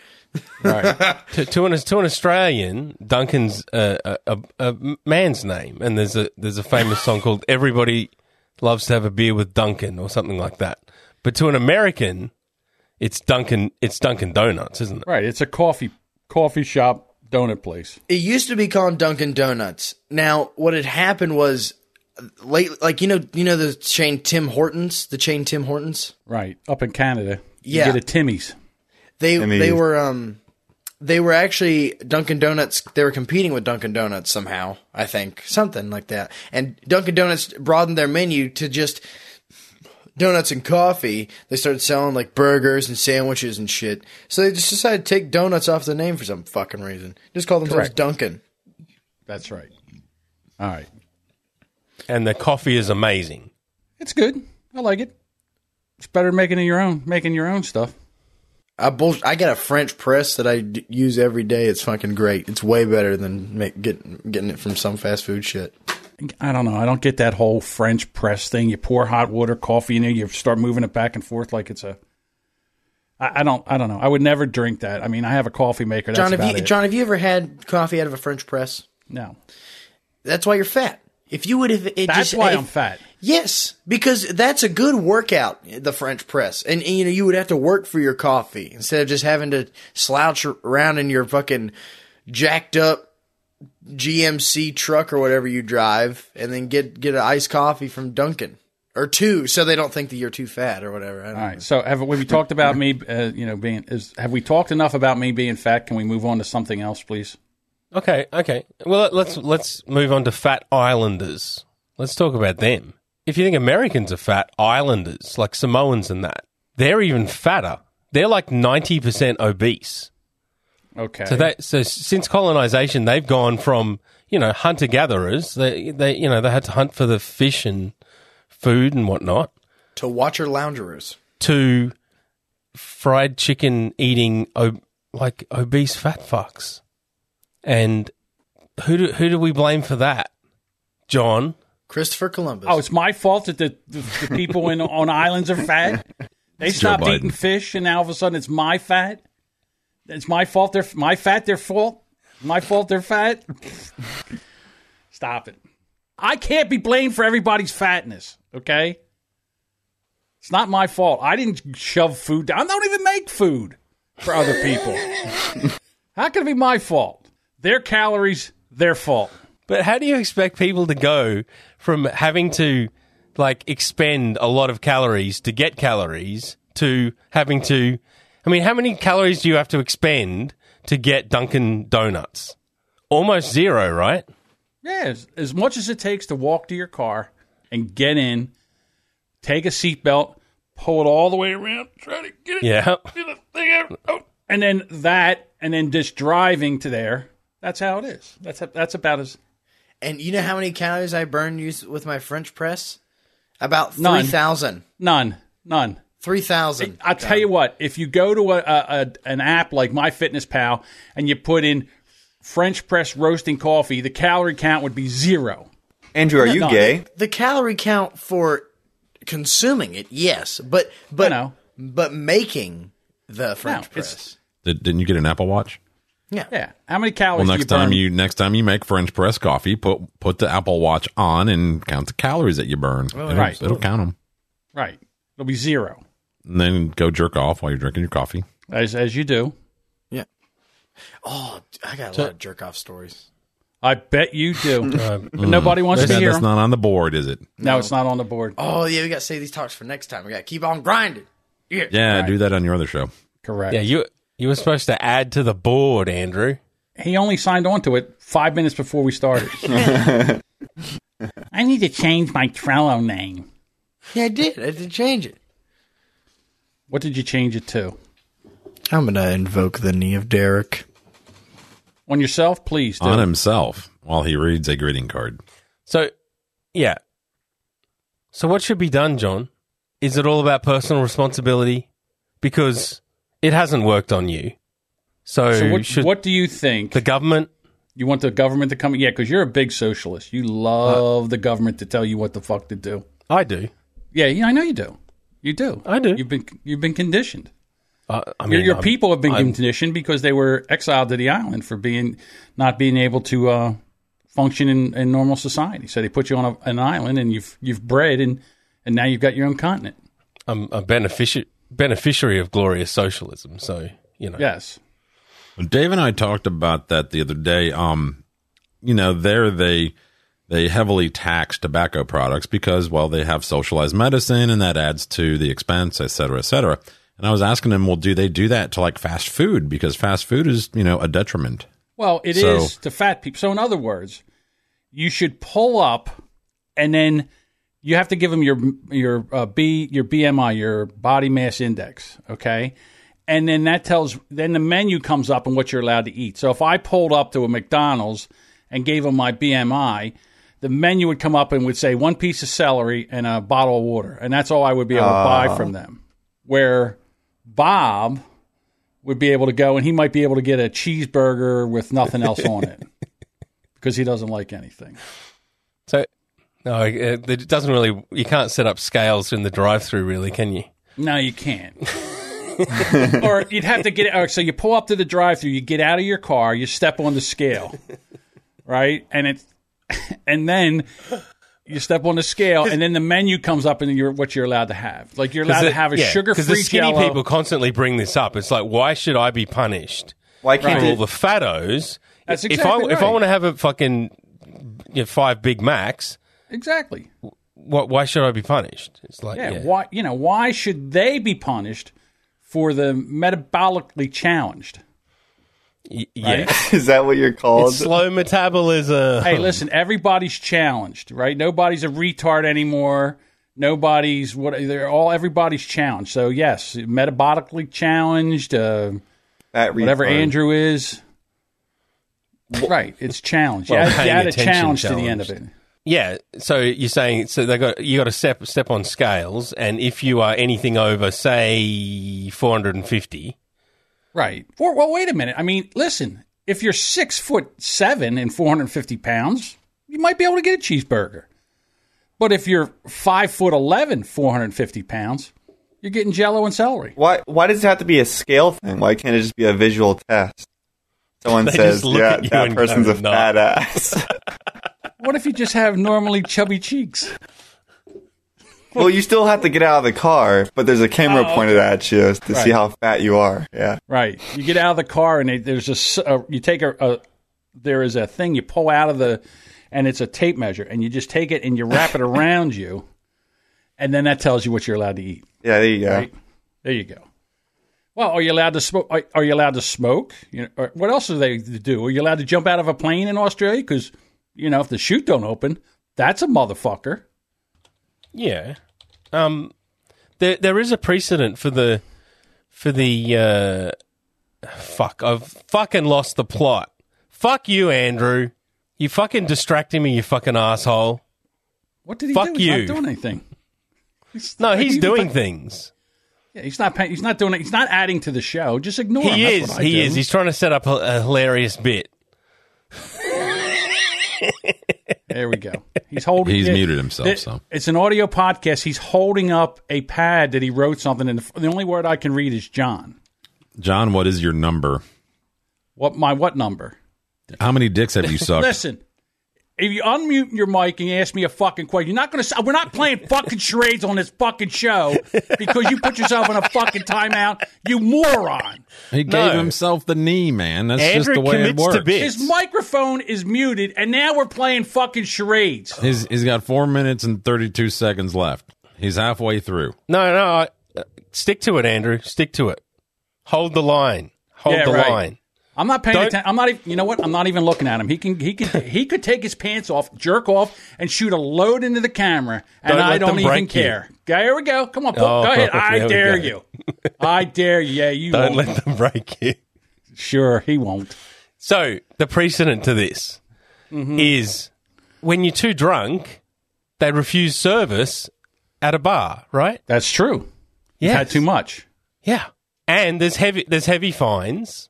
A: To, to an to an Australian, Duncan's a, a, a, a man's name, and there's a there's a famous song called "Everybody Loves to Have a Beer with Duncan" or something like that. But to an American, it's Duncan. It's Dunkin' Donuts, isn't it?
B: Right. It's a coffee coffee shop donut place.
D: It used to be called Dunkin' Donuts. Now, what had happened was late, like you know, you know the chain Tim Hortons, the chain Tim Hortons.
B: Right. Up in Canada. You
D: Yeah.
B: get a Timmy's.
D: They
C: mean-
D: they were um they were actually Dunkin' Donuts. They were competing with Dunkin' Donuts somehow. I think something like that. And Dunkin' Donuts broadened their menu to just donuts and coffee. They started selling like burgers and sandwiches and shit. So they just decided to take donuts off the name for some fucking reason. Just call themselves
B: Correct.
D: Dunkin'.
B: That's right. All right.
A: And the coffee is amazing.
B: It's good. I like it. It's better than making it your own, making your own stuff.
D: I bull- I got a French press that I d- use every day. It's fucking great. It's way better than make, getting getting it from some fast food shit.
B: I don't know. I don't get that whole French press thing. You pour hot water, coffee in it, you start moving it back and forth like it's a. I, I don't. I don't know. I would never drink that. I mean, I have a coffee maker. That's
D: John,
B: about
D: have you
B: it.
D: John, have you ever had coffee out of a French press?
B: no,
D: That's why you're fat. If you would have, it
B: that's
D: just,
B: why
D: if-
B: I'm fat.
D: Yes, because that's a good workout, the French press, and, and, you know you would have to work for your coffee instead of just having to slouch around in your fucking jacked up GMC truck or whatever you drive, and then get get an iced coffee from Dunkin' or two, so they don't think that you're too fat or whatever. I don't
B: All right. So have, have we talked about me? Uh, you know, being is have we talked enough about me being fat? Can we move on to something else, please?
A: Okay, okay. Well, let's let's move on to fat islanders. Let's talk about them. If you think Americans are fat, islanders like Samoans and that, they're even fatter. They're like ninety percent obese.
B: Okay.
A: So that so s- since colonization, they've gone from you know hunter gatherers. They they you know they had to hunt for the fish and food and whatnot
D: To watcher loungerers,
A: to fried chicken eating ob- like obese fat fucks. And who do who do we blame for that? John.
D: Christopher Columbus.
B: oh, it's my fault that the, the, the people in on islands are fat. They
E: Joe
B: stopped
E: Biden.
B: eating fish, and now all of a sudden it's my fat. It's my fault. They're my fat. Their fault. My fault. They're fat. Stop it. I can't be blamed for everybody's fatness. Okay. It's not my fault. I didn't shove food down. I don't even make food for other people. How can it be my fault? Their calories, their fault.
A: But how do you expect people to go from having to like expend a lot of calories to get calories to having to I mean, how many calories do you have to expend to get Dunkin' Donuts? Almost zero, right?
B: Yeah, as, as much as it takes to walk to your car and get in, take a seatbelt, pull it all the way around, try to get it,
A: Yeah.
B: get the thing out, oh, and then that, and then just driving to there. That's how it is. That's that's about as
D: and you know how many calories I burn use with my French press? About
B: None.
D: three thousand.
B: none, none.
D: Three thousand.
B: I'll tell you what, if you go to a, a, a an app like MyFitnessPal and you put in French press roasting coffee, the calorie count would be zero.
C: Andrew, are you
B: no.
C: gay?
D: the calorie count for consuming it, yes, but but
B: know.
D: but making the French
B: No, it's-
D: press.
E: Did, didn't you get an Apple Watch?
B: Yeah. How many calories
E: Well,
B: do
E: next
B: you burn?
E: time you next time you make French press coffee, put put the Apple Watch on and count the calories that you burn. it'll,
B: right.
E: it'll count them,
B: right. It'll be zero.
E: and then go jerk off while you're drinking your coffee.
B: as as you do.
D: Oh, I got a lot of jerk off stories.
B: I bet you do.
A: Uh,
B: but nobody wants to
E: That-
B: hear.
E: that's
B: 'em.
E: not on the board, is it?
B: no, it's not on the board.
D: Oh yeah, we got to save these talks for next time. We got to keep on grinding.
E: Yeah, do that on your other show.
B: Correct.
A: Yeah, you you were supposed to add to the board, Andrew.
B: He only signed on to it five minutes before we started. I need to change my Trello name.
D: Yeah, I did. I did change it.
B: What did you change it to?
D: I'm gonna invoke the knee of Derek.
B: On yourself, please. Do.
E: On himself while he reads a greeting card.
A: So, yeah. So, what should be done, John? Is it all about personal responsibility? Because it hasn't worked on you. So,
B: So what,
A: should
B: what do you think?
A: the government?
B: you want the government to come? Yeah, because you're a big socialist. You love the government to tell you what the fuck to do.
A: I do.
B: Yeah, yeah, I know you do. You do.
A: I do.
B: You've been you've been conditioned.
A: I, I
B: your,
A: mean,
B: your
A: I'm-
B: people have been
A: I'm-
B: conditioned because they were exiled to the island for being not being able to uh, function in, in normal society. So they put you on a, an island, and you've you've bred, and and now you've got your own continent.
A: I'm a beneficiary beneficiary of glorious socialism. So, you know,
B: Yes,
E: Dave and I talked about that the other day. Um, you know, there they they heavily tax tobacco products because, well, they have socialized medicine and that adds to the expense, et cetera, et cetera. And I was asking them, well, do they do that to like fast food? Because fast food is, you know, a detriment.
B: Well, it is
E: So-
B: to fat people. So, in other words, you should pull up, and then you have to give them your your uh, B your BMI, your body mass index. Okay, and then that tells then the menu comes up and what you're allowed to eat. So, if I pulled up to a McDonald's and gave them my BMI. The menu would come up and would say one piece of celery and a bottle of water, and that's all I would be able to buy from them. Where Bob would be able to go and he might be able to get a cheeseburger with nothing else on it because he doesn't like anything.
A: So, no, it it doesn't really. You can't set up scales in the drive-through, really, can you?
B: No, you can't. or you'd have to get oh, so you pull up to the drive-through, you get out of your car, you step on the scale, right? And it and then you step on the scale, and then the menu comes up, and you're what you're allowed to have. Like you're allowed to have a sugar-free
A: Because the skinny
B: Jell-O.
A: people constantly bring this up. It's like, why should I be punished?
C: Why
A: For
C: can't
A: all
C: it?
A: the fattos.
B: That's
A: if I
B: exactly
A: if I
B: right.
A: want to have a fucking you know, five Big Macs,
B: exactly.
A: what, why should I be punished? It's like
B: Yeah,
A: yeah.
B: Why you know why should they be punished for the metabolically challenged?
A: Y- yeah.
C: Is that what you're called?
A: It's slow metabolism.
B: hey, listen, everybody's challenged, right? Nobody's a retard anymore. Nobody's what they're all. Everybody's challenged. So yes, metabolically challenged. Uh,
C: Fat
B: whatever
C: retard.
B: Andrew is, right? It's challenged.
A: Well,
B: you add, you
A: paying
B: add a
A: attention
B: challenge to the end of it.
A: challenged. Yeah, so you're saying so they got you got to step step on scales, and if you are anything over, say four hundred and fifty,
B: Right. Or, well, wait a minute. I mean, listen, if you're six foot seven and 450 pounds, you might be able to get a cheeseburger. But if you're five foot 11, 450 pounds, you're getting jello and celery.
C: Why? Why does it have to be a scale thing? Why can't it just be a visual test? Someone
A: They
C: says,
A: just look
C: "Yeah,
A: at you
C: that
A: and
C: person's
A: go,
C: a
A: "No."
C: fat ass."
B: What if you just have normally chubby cheeks?
C: well, you still have to get out of the car, but there's a camera
A: Oh,
C: pointed at you to see how fat you are. Yeah.
B: Right. You get out of the car and they, there's a, s- a- you take a, a there is a thing you pull out of the and it's a tape measure and you just take it and you wrap it around you and then that tells you what you're allowed to eat.
C: Yeah. There you go.
B: Right. There you go. Well, are you allowed to smoke? Are, are you allowed to smoke? You know, or what else do they do? Are you allowed to jump out of a plane in Australia? Because you know, if the chute don't open, that's a motherfucker.
A: yeah, um, there there is a precedent for the for the uh, fuck. I've fucking lost the plot. Fuck you, Andrew. You fucking distracting me. You fucking asshole.
B: What did he
A: Fuck
B: do? He's
A: you.
B: not doing anything.
A: No, he's
B: He-
A: doing things.
B: Yeah, he's not. paying- He's not doing it. He's not adding to the show. Just ignore him.
A: He
B: That's
A: is.
B: what I
A: He
B: do.
A: is. He's trying to set up a, a hilarious bit.
B: There we go. He's holding.
E: He's
B: it-
E: muted himself,
B: it-
E: so.
B: it's an audio podcast. He's holding up a pad that he wrote something, and the, the only word I can read is John.
E: John, what is your number?
B: What my what number?
E: How many dicks have you sucked?
B: Listen, if you unmute your mic and you ask me a fucking question, you're not going to. We're not playing fucking charades on this fucking show because you put yourself in a fucking timeout, you moron.
E: He
A: No.
E: gave himself the knee, man. That's just
A: Andrew
E: the way it
A: commits
E: works.
A: to bits.
B: His microphone is muted, and now we're playing fucking charades.
E: He's, he's got four minutes and 32 seconds left. He's halfway through.
A: No, no. I, uh, stick to it, Andrew. Stick to it. Hold the line. Hold
B: Yeah,
A: the
B: right.
A: line.
B: I'm not paying
A: Don't-
B: attention. I'm not. Even, you know what? I'm not even looking at him. He can. He can. he could take his pants off, jerk off, and shoot a load into the camera, and
A: Don't
B: I
A: let them
B: don't even
A: break you.
B: care. Okay, here we go. Come on,
A: Oh,
B: Paul. go ahead.
A: there
B: I
A: we
B: dare
A: go.
B: you. I dare you. Yeah, you.
A: Don't
B: won't.
A: let them break you.
B: sure, he won't.
A: So the precedent to this
B: Mm-hmm.
A: is when you're too drunk, they refuse service at a bar, right?
B: That's true. You've
A: Yes.
B: Had too much.
A: Yeah. And there's heavy there's heavy fines.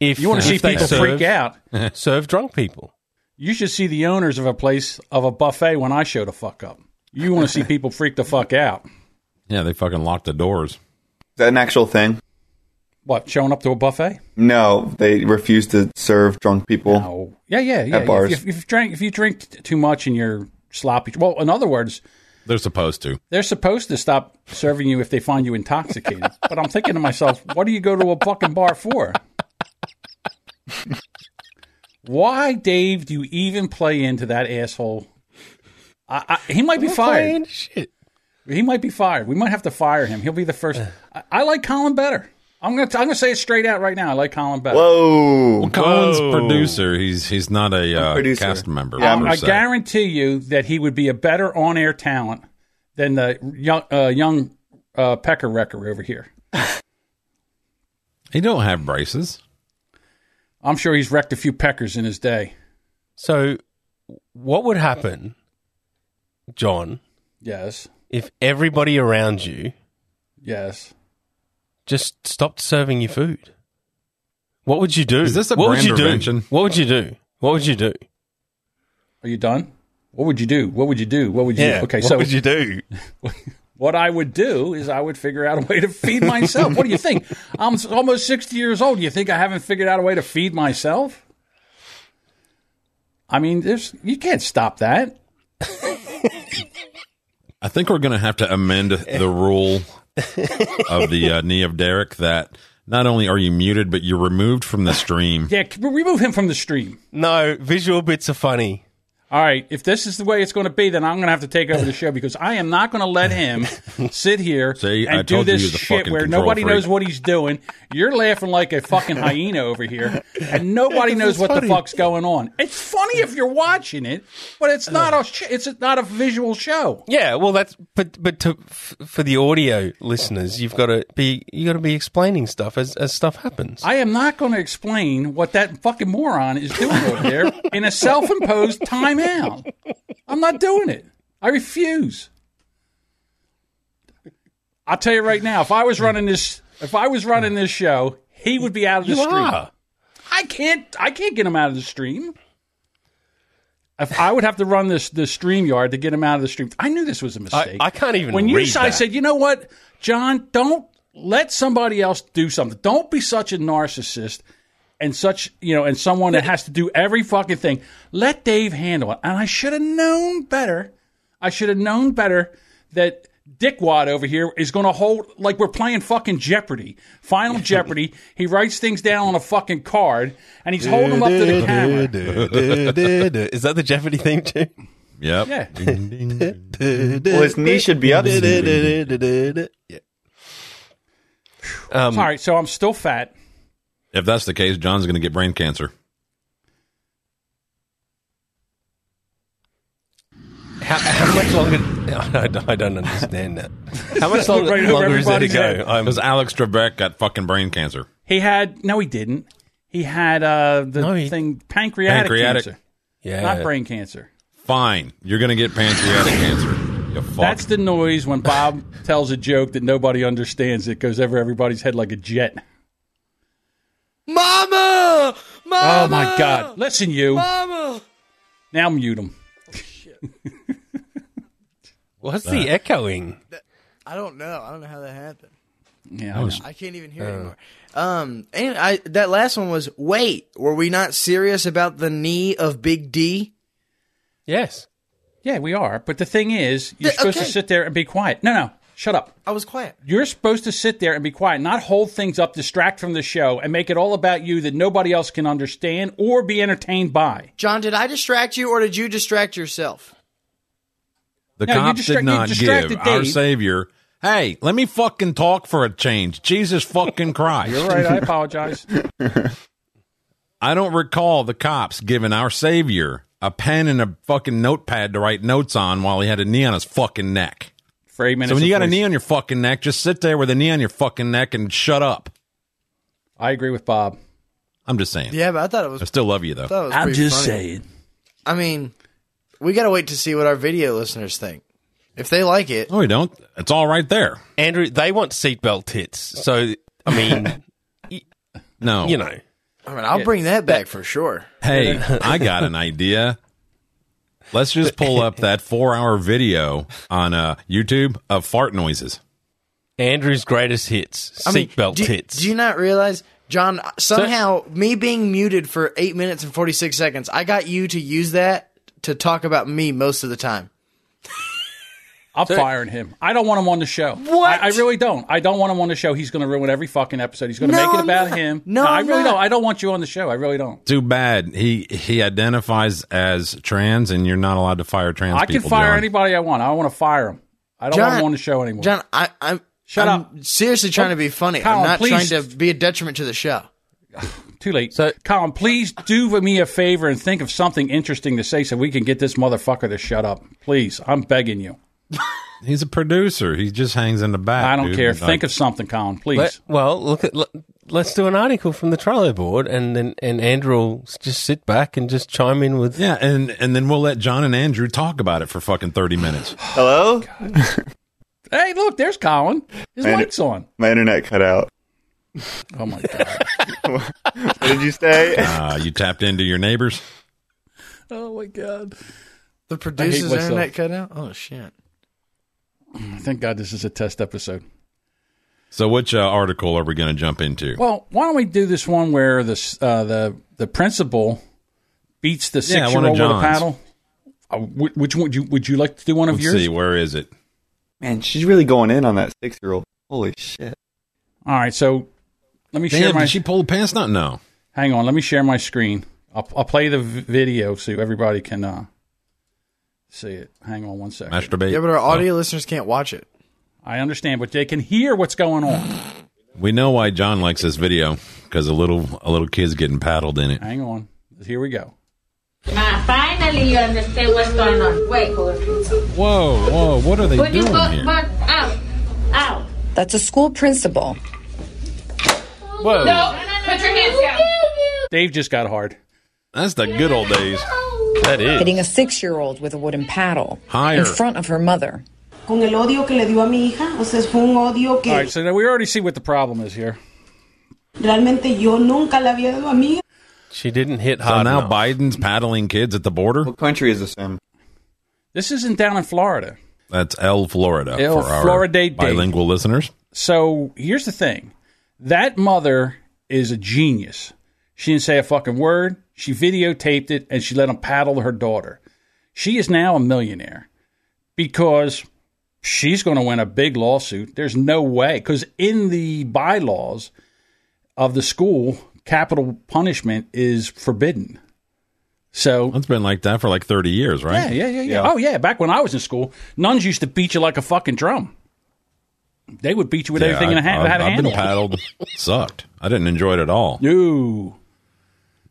A: If
B: You want to see
A: if they
B: people
A: serve,
B: freak out.
A: serve drunk people.
B: You should see the owners of a place of a buffet when I show the fuck up. You want to see people freak the fuck out.
E: Yeah, they fucking locked the doors.
C: Is that an actual thing?
B: What showing up to a buffet?
C: No, they refuse to serve drunk people.
B: No. Yeah, yeah, yeah.
C: bars.
B: If, if, if, drink, if you drink t- too much and you're sloppy, well, in other words,
E: They're supposed to.
B: they're supposed to stop serving you if they find you intoxicated. but I'm thinking to myself, what do you go to a fucking bar for? Why, Dave, do you even play into that asshole? I, I, he might be fired.
A: Shit.
B: He might be fired. We might have to fire him. He'll be the first. I, I like Colin better. I'm gonna. T- I'm gonna say it straight out right now. I like Colin better.
C: Whoa.
E: Colin's producer. He's he's not a uh,
C: producer.
E: cast member.
C: Yeah,
E: per
B: I
E: se.
B: guarantee you that he would be a better on-air talent than the young uh, young uh, pecker wrecker over here.
E: He don't have braces.
B: I'm sure he's wrecked a few peckers in his day.
A: So, what would happen, John,
B: Yes,
A: if everybody around you
B: yes.
A: just stopped serving you food? What would you do?
E: Is this a
A: what
E: brand
A: would you do?
E: intervention?
A: What would you do? What would you do?
B: Are you done? What would you do? What would you do? What would you? do? Okay,
A: what
B: so
A: would you do?
B: what I would do is I would figure out a way to feed myself. what do you think? I'm s- almost 60 years old. You think I haven't figured out a way to feed myself? I mean, there's you can't stop that.
E: I think we're going to have to amend the rule of the uh, knee of Derek that not only are you muted, but you're removed from the stream.
B: Yeah, c- remove him from the stream.
A: No, visual bits are funny.
B: All right, if this is the way it's going to be, then I'm going to have to take over the show because I am not going to let him sit here
E: See,
B: and
E: I
B: do
E: told you
B: this
E: he was a
B: shit
E: fucking
B: where
E: control
B: nobody
E: freak.
B: knows what he's doing. You're laughing like a fucking hyena over here, and nobody knows what the fuck's going on. It's funny if you're watching it, but it's not a sh- it's not a visual show.
A: Yeah, well, that's but but to, f- for the audio listeners, you've got to be you got to be explaining stuff as as stuff happens.
B: I am not going to explain what that fucking moron is doing over there in a self-imposed timeout. I'm not doing it. I refuse. I'll tell you right now, if I was running this, if I was running this show, he would be out of the stream. I can't, I can't get him out of the stream. If I would have to run this the stream yard to get him out of the stream, I knew this was a mistake.
A: I can't even
B: When you,
A: read
B: I
A: that.
B: said, you know what, John, don't let somebody else do something. Don't be such a narcissist and such, you know, and someone that has to do every fucking thing. Let Dave handle it. And I should have known better. I should have known better that dickwad over here is going to hold like we're playing fucking Jeopardy, Final Jeopardy. He writes things down on a fucking card and he's holding them up to the camera.
A: Is that the Jeopardy theme tune?
E: Yep.
B: Yeah.
C: Well, his knee should be up. soon.
A: yeah. Um,
B: All right, so I'm still fat.
E: If that's the case, John's going to get brain cancer.
A: How, how much longer? I don't, I don't understand that. How much longer,
B: Right over
A: longer is there to
B: everybody's
A: go?
B: head.
A: I'm,
E: Because Alex Trebek got fucking brain cancer.
B: He had no, he didn't. He had uh, the
A: No, he-
B: thing pancreatic,
E: Pancreatic. uh,
B: cancer,
A: yeah,
B: not brain cancer.
E: Fine. You're going to get pancreatic cancer. You fuck.
B: That's the noise when Bob tells a joke that nobody understands. It goes over everybody's head like a jet.
D: Mama! Mama!
B: Oh my God! Listen, you
D: Mama!
B: now mute him.
A: What's the echoing?
D: I don't know. I don't know how that happened.
B: Yeah, I know.
D: I can't even hear anymore. Um, and I that last one was wait, were we not serious about the knee of Big D?
A: Yes.
B: yeah, we are. But the thing is, you're
D: Yeah,
B: supposed
D: okay.
B: to sit there and be quiet. No, no, shut up.
D: I was quiet.
B: You're supposed to sit there and be quiet, not hold things up, distract from the show, and make it all about you that nobody else can understand or be entertained by.
D: John, did I distract you or did you distract yourself?
E: the
B: No, you
E: cops
B: distra-
E: did
B: you
E: not give
B: distracted
E: our
B: Dave.
E: savior. Hey, let me fucking talk for a change. Jesus fucking Christ.
B: All right, I apologize.
E: I don't recall the cops giving our savior a pen and a fucking notepad to write notes on while he had a knee on his fucking neck.
B: For eight minutes.
E: So when you
B: of
E: got a
B: voice.
E: knee on your fucking neck, just sit there with a knee on your fucking neck and shut up.
B: I agree with Bob.
E: I'm just saying.
D: Yeah, but I thought it
E: I
D: was.
E: still love you though.
D: Thought it was pretty funny.
B: saying.
D: I mean, we gotta wait to see what our video listeners think. If they like it,
E: No, we don't. It's all right there.
A: Andrew, they want seatbelt hits. So, I mean,
E: No.
A: you know.
D: I mean, I'll bring that back for sure.
E: Hey, I got an idea. Let's just pull up that four hour video on uh, YouTube of fart noises.
A: Andrew's greatest hits,
D: I mean,
A: seatbelt
D: do,
A: hits.
D: Do you not realize, John? Somehow, me being muted for eight minutes and forty six seconds, I got you to use that to talk about me most of the time.
B: I'm firing him. I don't want him on the show. What? I, I really don't. I don't want him on the show. He's going to ruin every fucking episode. He's going to
D: No,
B: make it
D: I'm
B: about
D: not.
B: him.
D: No,
B: I
D: I'm
B: really
D: not.
B: don't. I don't want you on the show. I really don't.
E: Too bad he he identifies as trans, and you're not allowed to fire trans
B: I
E: people.
B: can fire
E: John.
B: anybody I want. I want to fire him. I don't want him on the show anymore.
D: John, I, I'm
B: Shut
D: I'm
B: up.
D: Seriously, trying to be funny.
B: Colin,
D: I'm not
B: please.
D: trying to be a detriment to the show.
B: Too late. So, Colin, please do me a favor and think of something interesting to say so we can get this motherfucker to shut up. Please, I'm begging you.
E: He's a producer. He just hangs in the back.
B: I don't
E: dude.
B: care.
E: Like,
B: Think of something, Colin, please.
A: Let- well, look at. Let, us do an article from the Trello board, and then and Andrew will s- just sit back and just chime in with.
E: Yeah, and and then we'll let John and Andrew talk about it for fucking thirty minutes.
C: Hello?
B: hey, look, there's Colin. His
C: And-
B: mic's on.
C: My internet cut out.
B: Oh my god.
C: What did you say?
E: Uh, you tapped into your neighbors.
B: oh my god.
D: The producer's
B: myself.
D: internet cut out. Oh shit!
B: Thank God this is a test episode.
E: So, which uh, article are we going to jump into?
B: Well, why don't we do this one where the s- uh, the the principal beats the
E: Yeah,
B: six year
E: one of
B: old with a
E: John's.
B: paddle? Uh, wh- which one would you would you like to do? One of
E: Let's
B: yours?
E: see. Where is it?
C: Man, she's really going in on that six year old. Holy shit.
B: All right, so let me share
E: Damn,
B: my
E: did she pull the pants down? No.
B: hang on. Let me share my screen. I'll, I'll play the v- video so everybody can uh, see it. Hang on one second.
E: Masturbate.
D: Yeah, but uh, our audio listeners can't watch it.
B: I understand, but they can hear what's going on.
E: We know why John likes this video because a little a little kid's getting paddled in it.
B: Hang on. Here we go.
G: Now, finally, you understand what's going on. Wait, would
E: Whoa, whoa! What are they
G: you
E: doing
G: go
E: here?
G: but out, out?
H: That's a school principal.
G: Whoa! No, put your hands down.
B: Dave just got hard.
E: That's the good old days.
A: That is.
H: Hitting a six year old with a wooden paddle
E: Hmm. Higher.
H: in front of her mother.
I: con el odio que le dio a mi hija, o sea, fue un odio que
B: All right, so now we already see what the problem is here.
I: realmente yo nunca le había dado a mi hija.
A: She didn't hit
E: So
A: hard
E: now
A: enough.
E: Biden's paddling kids at the border.
C: What country is this in?
B: This isn't down in Florida.
E: That's L Florida
B: El
E: for our
B: Florida-date.
E: bilingual listeners.
B: So here's the thing that mother is a genius. She didn't say a fucking word. She videotaped it and she let him paddle her daughter. She is now a millionaire because she's going to win a big lawsuit. There's no way. Because in the bylaws of the school, capital punishment is forbidden. So
E: It's been like that for like thirty years,
B: Yeah,
E: right?
B: yeah, yeah, yeah. Oh yeah, back when I was in school, nuns used to beat you like a fucking drum. They would beat you with everything in a hand.
E: I,
B: had a
E: have
B: handle.
E: been paddled. Sucked. I didn't enjoy it at all.
B: No,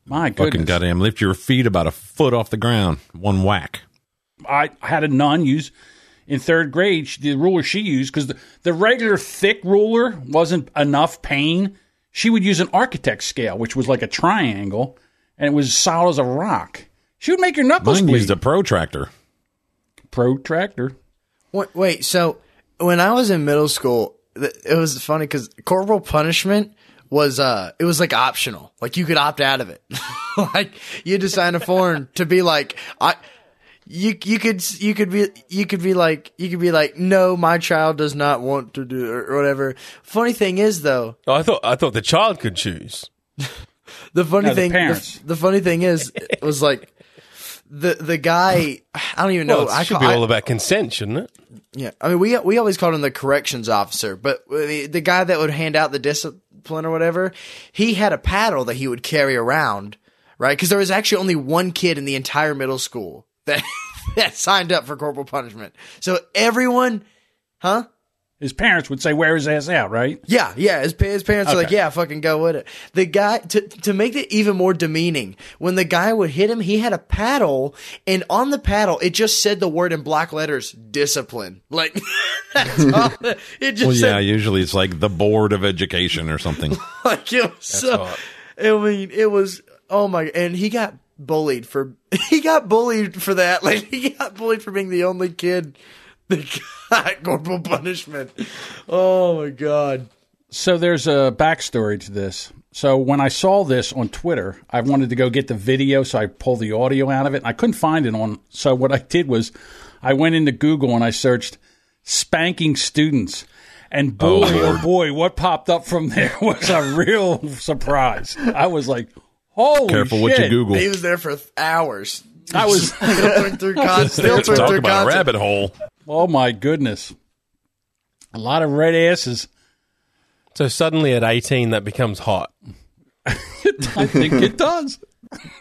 B: my
E: Fucking
B: goodness.
E: goddamn! Lift your feet about a foot off the ground. One whack.
B: I had a nun use in third grade she- the ruler she used because the, the regular thick ruler wasn't enough pain. She would use an architect scale, which was like a triangle, and it was as solid as a rock. She would make your knuckles
E: Mine
B: bleed.
E: used a protractor.
B: protractor.
D: Wait, wait, so when I was in middle school, th- it was funny because corporal punishment was uh, it was like optional. Like you could opt out of it. like you had to sign a form to be like I. You you could s- you could be you could be like you could be like no my child does not want to do or whatever. Funny thing is though,
A: I thought I thought the child could choose.
D: the funny
B: No, the
D: thing
B: parents.
D: The, funny thing is it was like the the guy I don't even know
A: Well, it
D: I
A: should
D: ca-
A: be
D: I-
A: all about consent, shouldn't it?
D: Yeah, I mean, we we always called him the corrections officer, but the, the guy that would hand out the discipline or whatever, he had a paddle that he would carry around, right? Because there was actually only one kid in the entire middle school that that signed up for corporal punishment. So everyone, huh?
B: His parents would say, "Wear his ass out," right?
D: Yeah, yeah. His, pa- his parents are like,
B: Okay.
D: yeah, fucking go with it. The guy to to make it even more demeaning, when the guy would hit him, he had a paddle, and on the paddle it just said the word in black letters, discipline. Like that's all. It just
E: Well,
D: said
E: yeah. Usually it's like the board of education or something.
D: like it was so. I mean, it was oh my, and he got bullied for he got bullied for that. Like he got bullied for being the only kid that got corporal punishment. Oh my god.
B: So there's a backstory to this. So when I saw this on Twitter, I wanted to go get the video, so I pulled the audio out of it. I couldn't find it on. So what I did was, I went into Google and I searched "spanking students," and boy, oh, boy, what popped up from there was a real surprise. I was like, "Holy
E: Careful
B: shit.
E: what you Google.
D: He was there for th- hours.
B: I was,
D: filtering through content. filtering
E: Talk
D: through
E: about a
D: content.
E: rabbit hole.
B: oh my goodness, a lot of red asses.
A: So suddenly at eighteen, that becomes hot.
B: I think it does.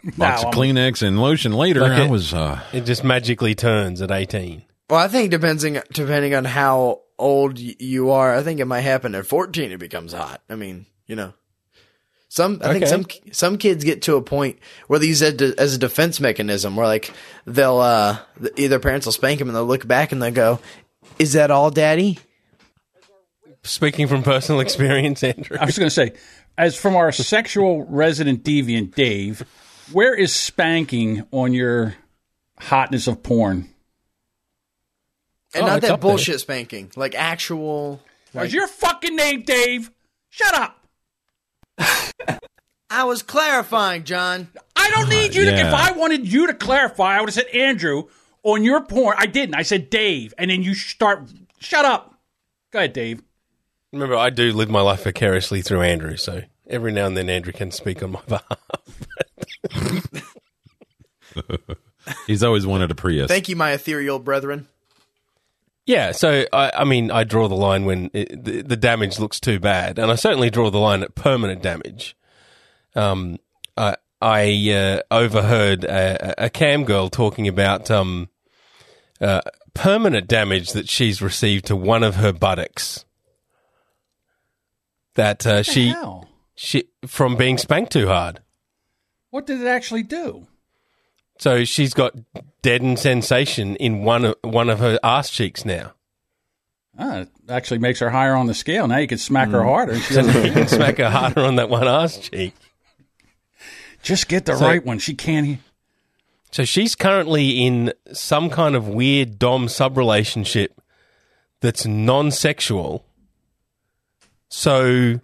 E: Lots
B: Now
E: of
B: I'm-
E: Kleenex and lotion later.
A: Like
E: I
A: it-
E: was uh,
A: It just magically turns at eighteen.
D: Well, I think depending depending on how old y- you are, I think it might happen at 14 it becomes hot. I mean, you know. Some I think
A: Okay.
D: some ki- some kids get to a point where they use it as a defense mechanism where like they'll uh th- either parents will spank them and they'll look back and they'll go, "Is that all, daddy?"
A: Speaking from personal experience, Andrew.
B: I was going to say, as from our sexual resident deviant, Dave, where is spanking on your hotness of porn?
D: And
A: Oh,
D: not
A: it's
D: that
A: up there.
D: bullshit spanking, like actual
B: Was your fucking name Dave? Shut up!
D: I was clarifying, John.
B: I don't need you to.
E: yeah.
B: If I wanted you to clarify, I would have said Andrew on your porn. I didn't. I said Dave, and then you start. Shut up. Go ahead, Dave.
A: Remember, I do live my life vicariously through Andrew, so every now and then Andrew can speak on my behalf.
E: He's always wanted a Prius.
D: Thank you, my ethereal brethren.
A: Yeah, so I, I mean, I draw the line when it, the, the damage looks too bad, and I certainly draw the line at permanent damage. Um, I I uh, overheard a, a a cam girl talking about um, uh, permanent damage that she's received to one of her buttocks. That uh, she
B: Hell,
A: she from being spanked too hard,
B: what did it actually do?
A: so she's got deadened sensation in one of, one of her ass cheeks now.
B: Ah, it actually makes her higher on the scale. Now you can smack her harder. She doesn't,
A: Smack her harder on that one ass cheek.
B: just get the right one. She can't. he-
A: So she's currently in some kind of weird dom sub relationship that's non sexual. So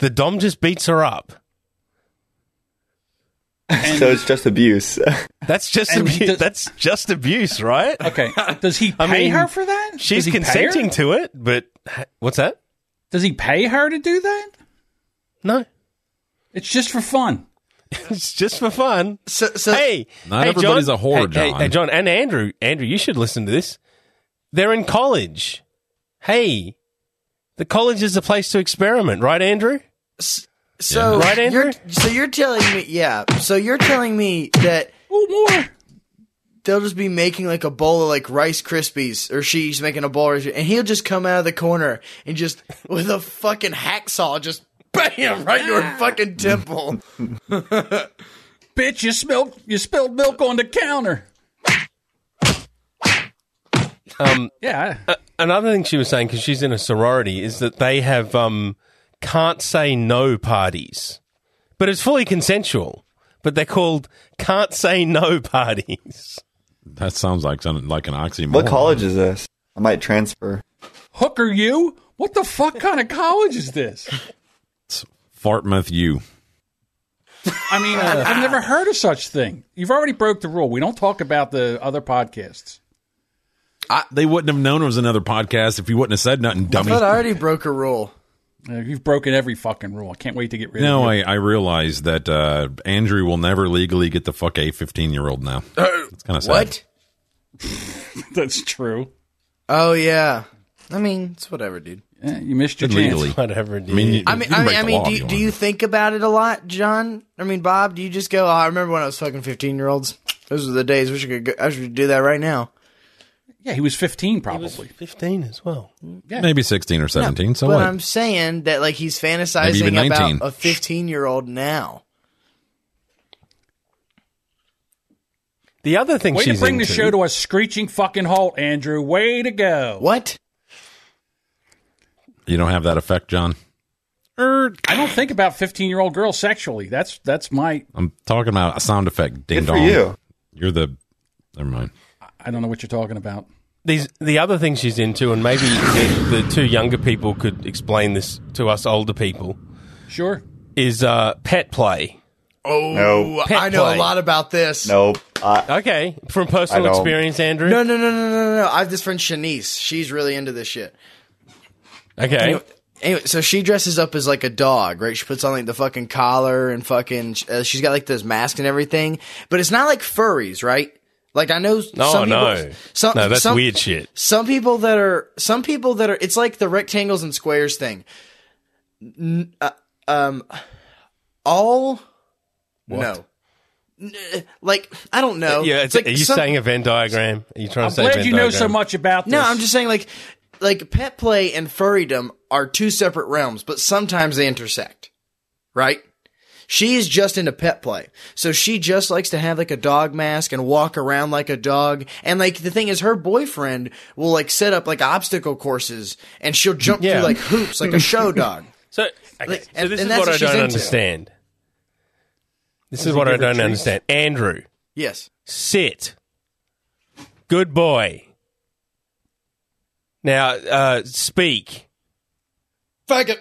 A: the dom just beats her up.
C: so it's just abuse.
A: That's just
B: And he
A: abu-
B: does-
A: that's just abuse, right?
B: Okay. Does he pay
A: I mean,
B: her for that? Does
A: She's
B: he pay her?
A: consenting to it, but what's that?
B: Does he pay her to do that?
A: No,
B: It's just for fun.
A: it's just for fun.
D: So, so
A: hey,
E: Not
A: hey,
E: everybody's
A: John.
E: a whore,
A: Hey, hey,
E: John.
A: Hey, John and Andrew, Andrew, you should listen to this. They're in college. Hey, the college is a place to experiment, right, Andrew?
D: So
A: Right, Andrew?
D: You're, so you're telling me, yeah. So you're telling me that
B: Ooh, more.
D: they'll just be making like a bowl of like Rice Krispies, or she's making a bowl, of, and he'll just come out of the corner and just with a fucking hacksaw, just bam right to her fucking temple.
B: Bitch, you spilled you spilled milk on the counter.
A: Um,
B: Yeah.
A: a- another thing she was saying because she's in a sorority is that they have um, can't say no parties, but it's fully consensual. But they're called can't say no parties.
E: that sounds like something like an oxymoron.
B: Oh.
C: what college is this? I might transfer.
B: Hooker you? What the fuck kind of college is this?
E: Fartmouth U.
B: I mean, I've never heard of such thing. You've already broke the rule. We don't talk about the other podcasts.
E: I, they wouldn't have known it was another podcast if you wouldn't have said nothing,
D: I
E: dummy.
D: thought I already broke a rule.
B: Uh, you've broken every fucking rule. I can't wait to get rid
E: No,
B: of you.
E: I, I realize that uh, Andrew will never legally get the fuck a 15 year old now. It's kind of sad.
D: What?
B: That's true.
D: Oh yeah. I mean, it's whatever, dude.
B: Eh, you missed your
E: Good
B: chance.
E: legally.
A: Whatever. It is.
E: I mean, you,
D: I mean, I
E: you
D: mean,
E: can break
D: I
E: the
D: mean
E: law
D: do
E: if
D: you,
E: you
D: do
E: want.
D: you think about it a lot, John? I mean, Bob, do you just go? Oh, I remember when I was fucking fifteen year olds. Those were the days. Wish I could. Go, I should do that right now.
B: Yeah, he was 15 probably.
A: fifteen as well.
E: Maybe 16 or 17. so
D: but
E: what?
D: I'm saying that like he's
E: Maybe even
D: fantasizing
E: 19.
D: about a 15 year old now.
A: The other thing
B: Way
A: she's
B: to bring the
A: into,
B: show to a screeching fucking halt, Andrew. Way to go.
D: What?
E: you don't have that effect, John. Er,
B: I don't think about 15 year old girls sexually. That's that's my.
E: I'm talking about a sound effect. Ding
C: Good for
E: dong.
C: you.
E: You're the. Never mind.
B: I don't know what you're talking about.
A: these the other thing she's into, and maybe the, the two younger people could explain this to us older people
B: Sure.
A: is uh, pet play.
D: Oh,
C: No.
A: Pet
D: I know
A: play.
D: a lot about this.
C: Nope. I,
A: Okay, from
C: I
A: personal
C: don't.
A: experience, Andrew.
D: No, no, no, no, no, no. I have this friend Shanice. She's really into this shit.
A: Okay,
D: Anyway, anyway, so she dresses up as like a dog, right? She puts on like the fucking collar and fucking. Uh, she's got like this mask and everything, but it's not like furries, right? Like I know.
A: No,
D: some people-
A: Oh, no.
D: some-
A: No, that's
D: some-
A: weird shit.
D: Some people that are. Some people that are. It's like the rectangles and squares thing. N- uh, um, all. No. n- like I don't know.
A: Yeah, it's,
D: like
A: are you
D: some-
A: saying a Venn diagram? Are you trying
B: I'm
A: to say a
B: glad
A: Venn
B: you know so
A: diagram?
B: much about this.
D: No, I'm just saying like like pet play and furrydom are two separate realms, but sometimes they intersect. Right? She is just into pet play. So she just likes to have like a dog mask and walk around like a dog. And like the thing is her boyfriend will like set up like obstacle courses and she'll jump
A: Yeah.
D: through like hoops like a show dog.
A: So, okay,
D: Like,
A: so
D: and-
A: this is
D: and that's
A: what
D: what
A: I
D: she's
A: don't
D: into.
A: understand. This is what I don't understand. Andrew,
D: Yes.
A: sit. Good boy. Now, uh, speak.
D: Faggot.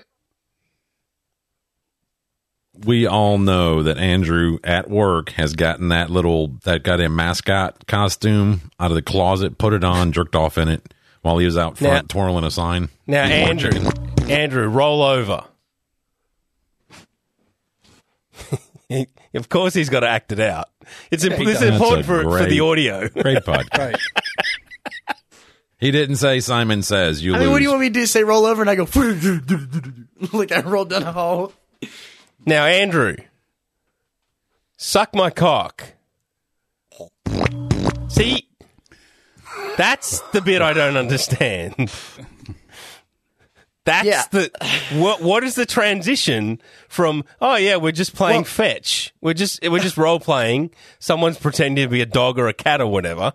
E: we all know that Andrew at work has gotten that little that goddamn mascot costume out of the closet, put it on, jerked off in it while he was out
A: Now-
E: front twirling a sign.
A: Now, Andrew, Andrew, roll over. of course, he's got to act it out. It's imp- this is
E: does.
A: important
E: That's
A: for,
E: a
A: for the
E: great-
A: audio.
E: Great podcast. He didn't say Simon says you
D: I
E: lose.
D: mean, what do you want me to do? Say roll over and I go like I roll down a hole.
A: Now, Andrew, suck my cock. See, that's the bit I don't understand. That's
D: Yeah.
A: the what? What is the transition from? Oh yeah, we're just playing fetch. We're just we're just role playing. Someone's pretending to be a dog or a cat or whatever,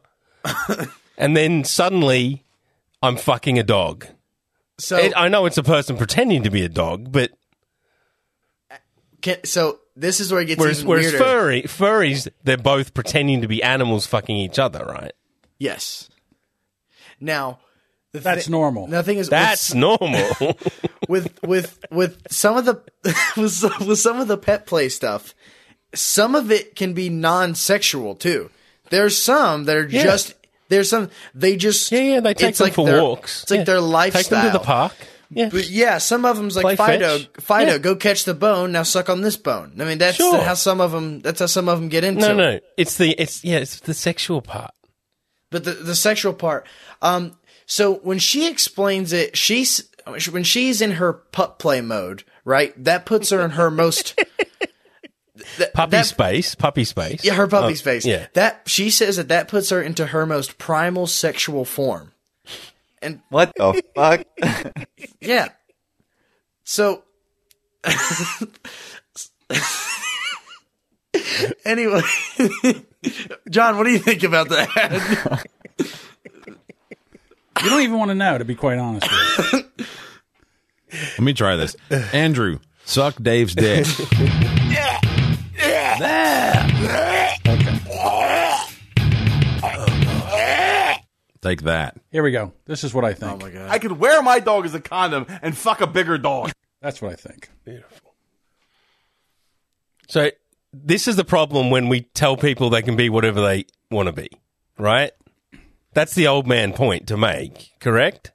A: and then suddenly I'm fucking a dog.
D: So
A: It- uh, I know it's a person pretending to be a dog, but
D: Can, so this is where it gets
A: Whereas,
D: even
A: whereas
D: weirder.
A: furry, furries, they're both pretending to be animals fucking each other, right?
D: Yes. Now, the
B: That's
D: thi-
B: normal.
D: Nothing is
A: That's normal.
D: with with with some of the with, some, with some of the pet play stuff. Some of it can be non-sexual too. There's some that are
A: Yeah.
D: just there's some they just
A: yeah, yeah, they take
D: it's
A: them
D: like
A: for
D: their-
A: walks.
D: It's like
A: Yeah.
D: their lifestyle.
A: Take them to the park. Yeah.
D: But yeah, some of them's
A: Play
D: like Fido.
A: fetch.
D: Fido,
A: Yeah.
D: go catch the bone. Now suck on this bone. I mean, that's
A: Sure.
D: how some of them. That's how some of them get into.
A: No,
D: it.
A: no, it's the it's yeah, it's the sexual part.
D: but the, the sexual part um so when she explains it she's when she's in her pup play mode right that puts her in her most th-
A: Puppy
D: that-
A: space, puppy space.
D: yeah her puppy's
A: Oh,
D: face
A: Yeah.
D: that she says that that puts her into her most primal sexual form and
C: What the fuck?
D: yeah so anyway john what do you think about that
B: You don't even want to know, to be quite honest with you.
E: Let me try this. Andrew, suck Dave's dick. Take that.
B: Here we go. This is what I think. Oh my God.
J: I could wear my dog as a condom and fuck a bigger dog.
B: That's what I think.
A: So this is the problem when we tell people they can be whatever they want to be, right? That's the old man point to make, correct?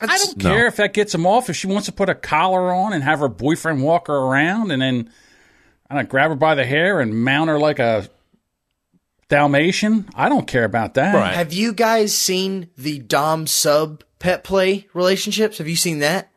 B: I don't care if that gets him off. If she wants to put a collar on and have her boyfriend walk her around and then I don't know, grab her by the hair and mount her like a Dalmatian, I don't care about that.
A: Right.
D: Have you guys seen the Dom sub pet play relationships? Have you seen that?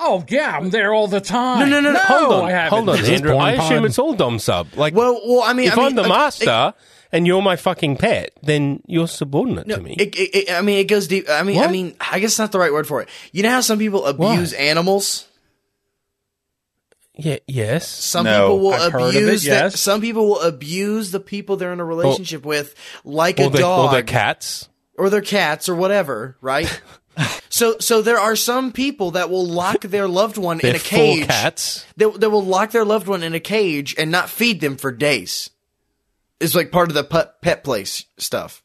B: Oh yeah, I'm there all the time.
D: No, no, no, no,
B: hold on, I haven't.
A: Hold on,
E: Is this
A: Andrew. I
E: porn
A: assume
E: pod?
A: it's all dom sub. Like,
D: Well, well, I mean,
A: if
D: I mean,
A: I'm the
D: it-
A: master and you're my fucking pet, then you're subordinate
D: It,
A: to me.
D: it, it, it- I mean, it goes deep. I mean, I
A: What?
D: mean, I guess not the right word for it. You know how some people abuse animals.
A: yeah, yes.
D: Some
C: No,
D: people will
B: I've heard of it,
D: abuse. that-
B: yes.
D: some people will abuse the people they're in a relationship with, like
A: Or
D: a
A: the, or
D: dog
A: the cats.
D: or their cats or whatever. Right. so, so there are some people that will lock their loved one in
A: They're
D: a cage.
A: full cats.
D: They, they will lock their loved one in a cage and not feed them for days. It's like part of the pet, pet place stuff.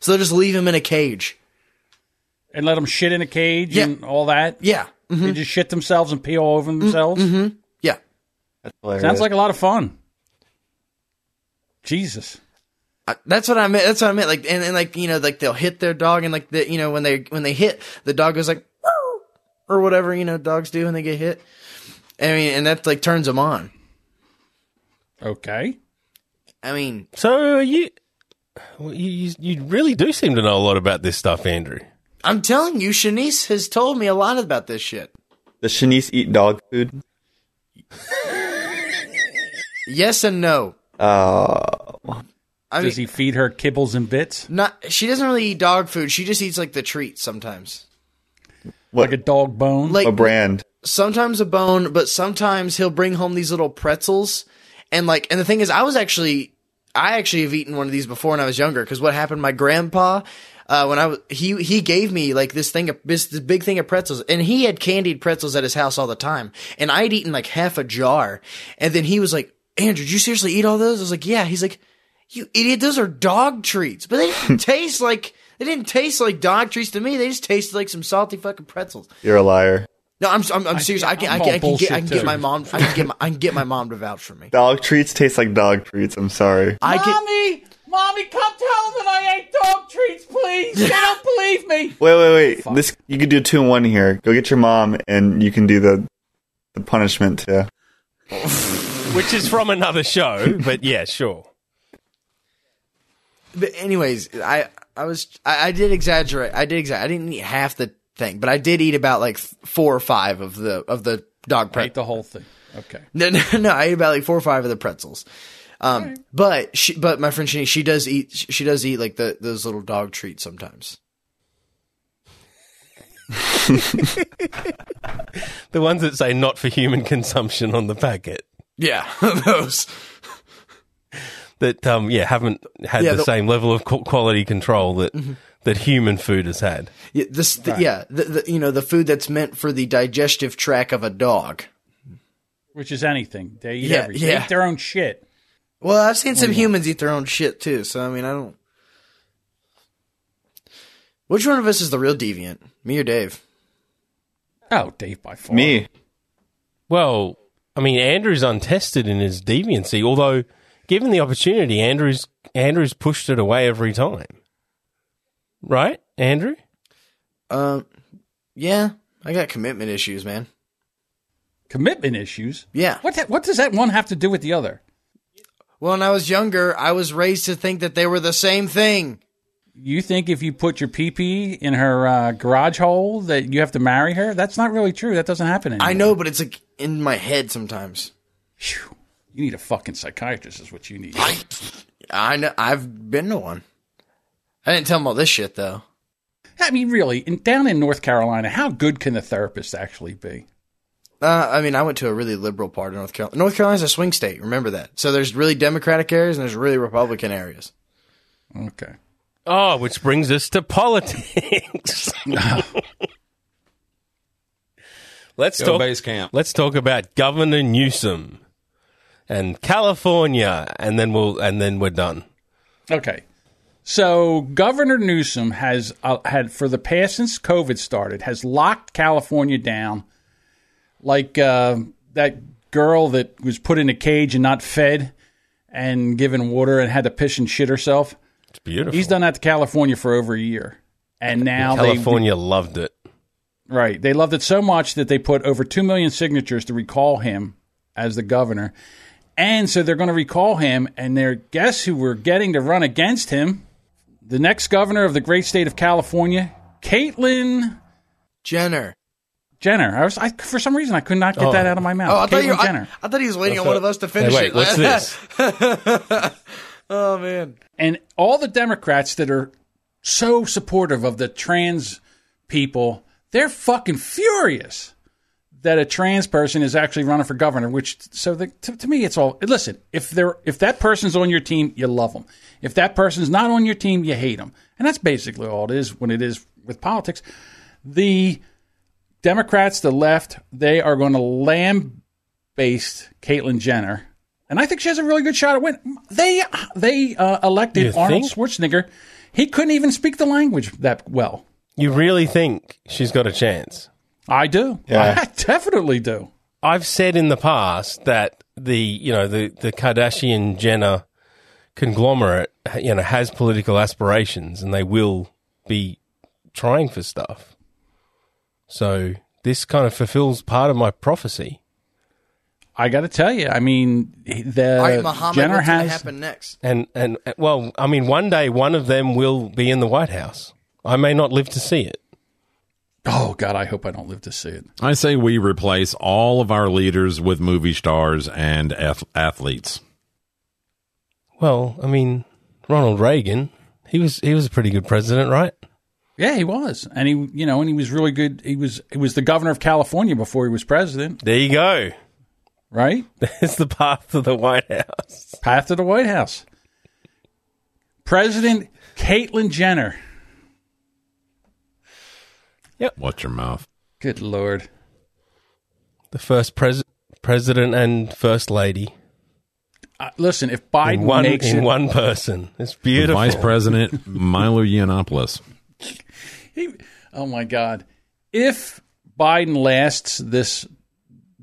D: So they'll just leave them in a cage.
B: And let them shit in a cage
D: Yeah. Mm-hmm.
B: and all that.
D: Yeah. Mm,
B: They just shit themselves and pee all over themselves.
D: Yeah.
B: Sounds like a lot of fun. Jesus.
D: I- That's what I meant. That's what I meant. Like, and, and like, you know, like they'll hit their dog and like the, you know, when they, when they hit, the dog goes like, "Meow," or whatever, you know, dogs do when they get hit. I mean, and that like turns them on.
B: Okay.
D: I mean,
A: So are you, well, you, you, you really do seem to know a lot about this stuff, Andrew.
D: I'm telling you, Shanice has told me a lot about this shit.
C: Does Shanice eat dog food?
D: Yes and no.
C: Oh,
D: I mean,
B: Does he feed her kibbles and bits
D: not she doesn't really eat dog food. She just eats like the treats sometimes.
B: like a dog bone?
D: Like
C: a brand.
D: sometimes a bone, but sometimes he'll bring home these little pretzels. And like, and the thing is, I was actually, I actually have eaten one of these before when I was younger. Because what happened, my grandpa, uh, when I was, he he gave me like this thing, of, this, this big thing of pretzels, and he had candied pretzels at his house all the time. And I'd eaten like half a jar, and then he was like, "Andrew, did you seriously eat all those?" I was like, "Yeah." He's like, "You idiot! Those are dog treats, but they didn't taste like." They didn't taste like dog treats to me. They just tasted like some salty fucking pretzels.
C: You're a liar.
D: No, I'm I'm, I'm serious. I can, I
B: I'm
D: can,
B: all
D: I can get I can
B: bullshit,
D: get
B: too.
D: my mom I can get my, I can get my mom to vouch for me.
C: Dog treats taste like dog treats. I'm sorry.
D: I can
J: Mommy, mommy, come tell them that I ate dog treats, please. They don't believe me.
C: Wait, wait, wait. This you could do two in one here. Go get your mom, and you can do the the punishment too.
A: Which is from another show, but yeah, sure.
D: but anyways, I I was I, I did exaggerate. I did exaggerate. I didn't eat half the thing, but I did eat about like th- four or five of the of the dog
B: Ate
D: pretzels.
B: the whole thing. Okay.
D: No, no, no. I ate about like four or five of the pretzels. Um, but she, but my friend Shani, she does eat, she does eat like the those little dog treats sometimes.
A: The ones that say not for human consumption on the packet
D: Yeah, those.
A: that um yeah haven't had
D: Yeah,
A: the,
D: the- Mm-hmm.
A: same level of qu- quality control that that human food has had.
D: Yeah, this, the, yeah, the, the, you know, the food that's meant for the digestive tract of a dog.
B: Which is anything. They eat
D: Yeah,
B: everything.
D: yeah.
B: They eat their own shit.
D: Well, I've seen some humans eat their own shit too, so I mean, I don't. Which one of us is the real deviant? Me or Dave?
B: Oh, Dave by far.
C: Me.
A: Well, I mean Andrew's untested in his deviancy, although given the opportunity, Andrew's Andrew's pushed it away every time. Right, Andrew?
D: Um, yeah, I got commitment issues, man.
B: Commitment issues.
D: Yeah.
B: What the, what does that one have to do with the other?
D: Well, when I was younger, I was raised to think that they were the same thing.
B: You think if you put your pee pee in her uh, garage hole that you have to marry her? That's not really true. That doesn't happen anymore.
D: I know, but it's like in my head sometimes.
B: Phew. You need a fucking psychiatrist, is what you need.
D: I know. I've been to one. I didn't tell him all this shit though.
B: I mean, really, in, down in North Carolina, how good can the therapist actually be?
D: Uh, I mean, I went to a really liberal part of North Carolina. North Carolina's a swing state. Remember that. So there's really Democratic areas and there's really Republican areas.
B: Okay.
A: Oh, which brings us to politics. let's
E: Go
A: talk.
E: base camp.
A: Let's talk about Governor Newsom and California, and then we'll and then we're done.
B: Okay. So Governor Newsom has uh, had for the past since COVID started has locked California down, like uh, that girl that was put in a cage and not fed, and given water and had to piss and shit herself.
A: It's beautiful.
B: He's done that to California for over a year, and now they
A: California loved it.
B: Right. They loved it so much that they put over 2 million signatures to recall him as the governor. And so they're going to recall him, and they're guess who we're getting to run against him? The next governor of the great state of California, Caitlyn
D: Jenner.
B: Jenner. I was, I, for some reason, I could not get that out of my mouth.
D: Oh, I thought, you
B: Caitlyn
D: were, I,
B: Jenner.
D: I thought he was waiting on one of us to finish
A: Hey, wait,
D: it.
A: what's this?
D: oh man.
B: and all the Democrats that are so supportive of the trans people, they're fucking furious that a trans person is actually running for governor. Which so the, to, to me, it's all listen. If they're if that person's on your team, you love them. If that person's not on your team, you hate them. And that's basically all it is when it is with politics. The Democrats, the left, they are going to lambaste Caitlyn Jenner. And I think she has a really good shot at winning. They they uh, elected
A: You
B: Arnold
A: think?
B: Schwarzenegger. He couldn't even speak the language that well.
A: You really think she's got a chance?
B: I do.
C: Yeah.
B: I definitely do.
A: I've said in the past that the you know the the Kardashian Jenner conglomerate you know has political aspirations and they will be trying for stuff. So this kind of fulfills part of my prophecy.
B: I got to tell you. I mean, the
D: All right, Muhammad,
B: Uh, Jenner
D: what's going
B: has
D: to happen next?
A: And and and- well, I mean, one day one of them will be in the White House. I may not live to see it.
B: Oh God, I hope I don't live to see it.
E: I say we replace all of our leaders with movie stars and ath- athletes.
A: Well, I mean, Ronald Reagan, he was he was a pretty good president, right?
B: Yeah, he was, and he, you know, and he was really good. He was, he was the governor of California before he was president,
A: There you go.
B: right?
A: There's the path to the White House.
B: Path to the White House. President Caitlyn Jenner.
E: Watch your mouth.
B: Good lord.
A: The first pres- president and first lady
B: Uh, listen, if Biden
A: in one
B: makes
A: in
B: it,
A: one person. It's
E: The
A: beautiful.
E: Vice President Milo Yiannopoulos.
B: He- oh my God. If Biden lasts this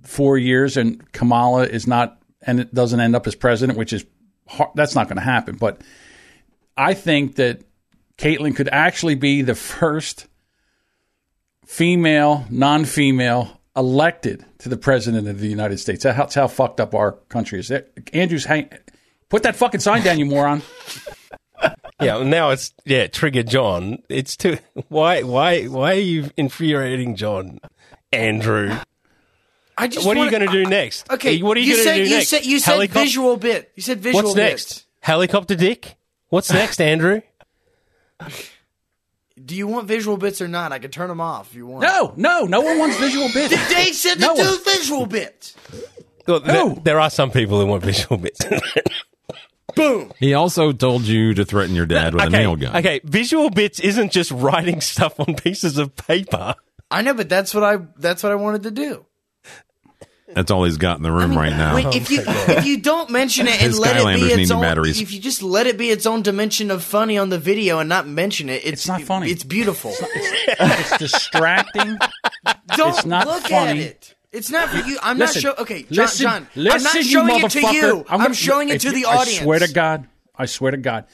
B: four years and Kamala is not and it doesn't end up as president, which is har that's not going to happen. But I think that Caitlyn could actually be the first female, non-female elected to the president of the United States. That's how fucked up our country is. There- Andrews, hang, put that fucking sign down, you moron.
A: Yeah, well, now it's yeah, trigger John. It's too why why why are you infuriating John, Andrew?
D: I just
A: What are you
D: wanna-
A: going to do
D: I-
A: next?
D: Okay,
A: Uh, what are you,
D: said-
A: going to do
D: you
A: next?
D: Said, you said
A: Helicop-
D: visual bit. You said visual.
A: What's next?
D: bit.
A: Helicopter dick. What's next, Andrew?
D: Do you want visual bits or not? I can turn them off if you want.
B: No, no, no one wants visual bitch.
D: They said to
B: No
D: do
B: one.
D: visual bits.
A: Well, there,
B: No.
A: there are some people who want visual bits.
E: He also told you to threaten your dad with
A: okay,
E: a nail gun.
A: okay, visual bits isn't just writing stuff on pieces of paper.
D: I know, but that's what I that's what I wanted to do.
E: That's all he's got in the room right now.
D: Wait, if you if you don't mention it and
E: Oh His
D: let it
E: Skylanders
D: be
E: need
D: its
E: new
D: own,
E: batteries.
D: if you just let it be its own dimension of funny on the video and not mention it, it's,
B: It's not funny.
D: It's beautiful.
B: It's distracting.
D: don't
B: it's not
D: look at
B: funny.
D: it. It's not for you. I'm
B: Listen,
D: not showing. Okay, John.
B: listen,
D: John I'm
B: listen,
D: not showing
B: you
D: it to
B: motherfucker.
D: you. I'm,
B: gonna-
D: showing it
B: if
D: to
B: you-
D: the audience.
B: I swear to God. I swear to God.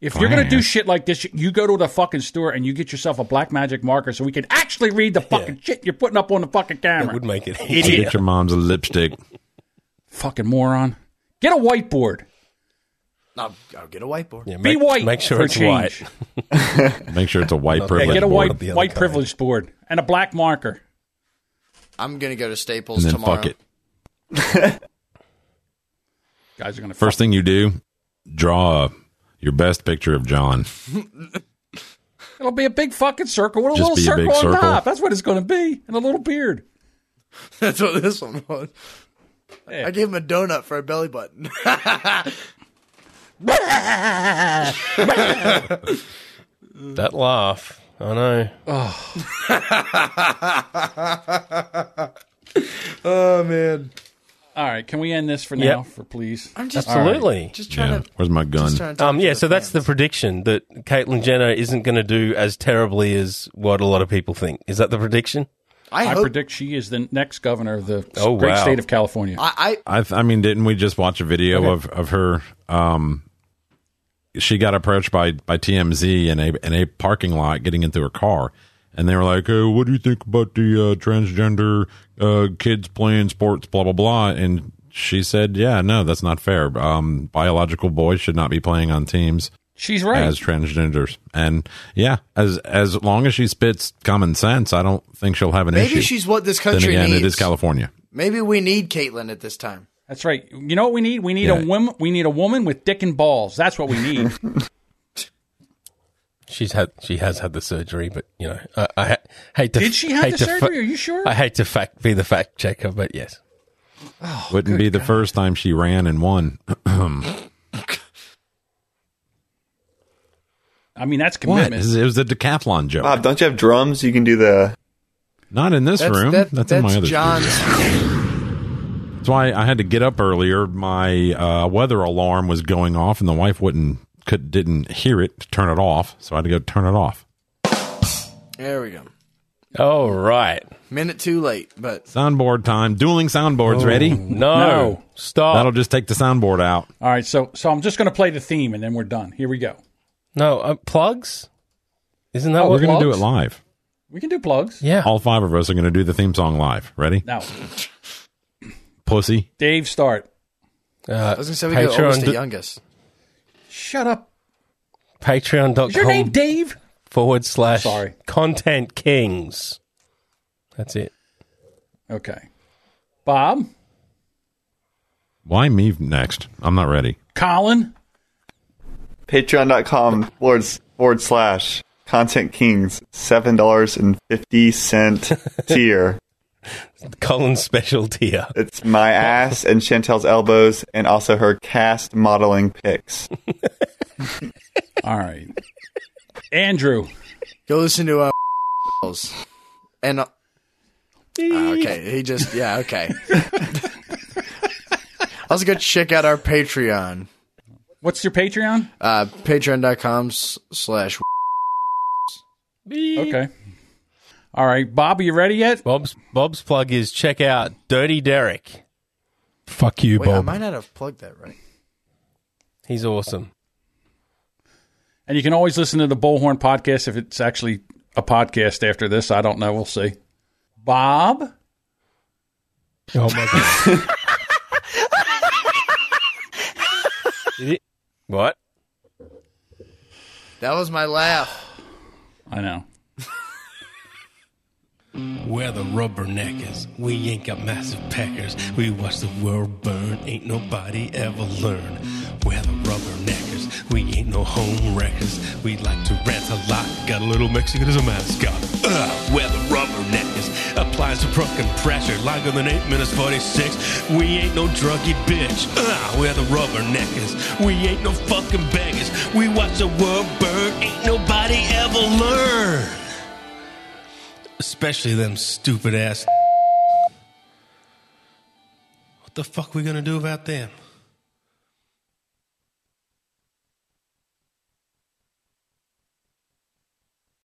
B: If you're going to do
E: Fine.
B: shit like this, you go to the fucking store and you get yourself a black magic marker so we can actually read the fucking shit you're putting up on the fucking camera.
A: That would make it
E: Get
A: easier.
E: your mom's lipstick.
B: fucking moron. Get a whiteboard.
D: I'll, I'll get a whiteboard.
A: Yeah,
B: Be
A: make-
B: white.
A: Make sure
B: for
A: it's
B: change.
A: white.
E: Make sure it's a white
B: Yeah,
E: privilege.
B: get a
E: board.
B: white
A: The other
B: white
A: kind.
B: privilege board and a black marker.
D: I'm gonna go to Staples
E: and then
D: tomorrow.
E: fuck it.
B: Guys are going to
E: First thing you do, draw your best picture of John.
B: It'll be a big fucking circle with a
E: Just
B: little
E: be a
B: circle
E: big
B: on
E: circle.
B: top. That's what it's going to be, and a little beard.
D: That's what this one was.
B: Yeah.
D: I gave him a donut for a belly button.
A: That laugh. I know.
D: oh man,
B: All right, can we end this for
A: Yep.
B: now, for please?
D: I'm just
A: Absolutely.
D: just trying
E: Yeah.
D: to.
E: Where's my gun?
D: Just trying to
A: Um,
D: talk
A: yeah,
D: to
A: so that's the
D: fans.
A: prediction that Caitlyn Jenner isn't going to do as terribly as what a lot of people think. Is that the prediction?
D: I
B: I
D: hope.
B: predict she is the next governor of the
A: Oh,
B: great
A: wow.
B: state of California.
D: I,
E: I, th- I mean, didn't we just watch a video of, of her? Um, she got approached by, by TMZ in a in a parking lot, getting into her car, and they were like, uh, "What do you think about the uh, transgender uh, kids playing sports?" Blah blah blah. And she said, "Yeah, no, that's not fair. Um, biological boys should not be playing on teams
B: She's right.
E: as transgenders." And yeah, as as long as she spits common sense, I don't think she'll have an
D: maybe
E: issue.
D: she's what this
E: then
D: country
E: again,
D: needs.
E: it is California.
D: Maybe we need Caitlyn at this time.
B: That's right. You know what we need? We need
E: Yeah.
B: a woman. We need a woman with dick and balls. That's what we need.
A: She's had she has had the surgery, but you know, I, I ha- hate to.
B: Did she have
A: hate
B: the
A: to fa-
B: surgery? Are you sure?
A: I hate to fact be the fact checker, but yes,
E: Wouldn't be the first time she ran and won.
B: I mean, that's
E: What?
B: commitment.
E: It was a decathlon joke.
C: Bob, don't you have drums? You can do the.
E: Not in this
D: That's
E: room.
D: that-
E: that's, in my other
D: John's.
E: studio. That's why I had to get up earlier. My uh, weather alarm was going off, and the wife wouldn't could didn't hear it to turn it off, so I had to go turn it off.
D: There we go.
A: Oh, right.
D: Minute too late, but
E: Soundboard time. Dueling soundboards ready.
A: No.
B: No.
A: Stop.
E: That'll just take the soundboard out.
B: All right, so so I'm just going to play the theme, and then we're done. Here we go.
A: no, uh, plugs? Isn't that
B: Oh,
A: what
E: We're gonna do it
A: plugs?
E: live.
B: We can do plugs.
A: Yeah.
E: All five of us are gonna do the theme song live. Ready?
B: Now,
E: Pussy.
B: Dave, start.
A: Uh,
D: I was gonna say we go oldest to youngest.
B: Shut up.
A: Patreon.com
B: Is your name Dave?
A: forward slash
B: Sorry.
A: content kings. That's it.
B: Okay. Bob,
E: Why me next? I'm not ready.
B: Colin,
C: Patreon.com forward, forward slash Content Kings, $7.50 tier.
K: Colin's special tier.
C: It's my ass and Chantel's elbows and also her cast modeling pics.
B: All right. Andrew,
D: Go listen to uh, and uh, okay, he just yeah okay. Also, go check out our Patreon,
B: what's your Patreon?
D: uh, patreon.com s- slash.
B: Okay. All right, Bob, are you ready yet?
K: Bob's Bob's plug is check out Dirty Derek.
A: Fuck you,
D: Wait, I
A: Bob.
D: might not have plugged that right.
K: He's awesome.
B: And you can always listen to the Bullhorn podcast if it's actually a podcast after this. I don't know. We'll see. Bob?
A: Oh my god.
K: What?
D: That was my laugh.
B: I know.
A: We're the rubberneckers. We ain't got massive packers. We watch the world burn. Ain't nobody ever learn. We're the rubberneckers. We ain't no home wreckers. We like to rant a lot. Got a little Mexican as a mascot. Ugh, we're the rubberneckers. Applies to fucking pressure. Longer than 8 minutes 46. We ain't no druggy bitch. Ugh, we're the rubberneckers. We ain't no fucking beggars. We watch the world burn. Ain't nobody ever learn. Especially them stupid ass. What the fuck we gonna do about them?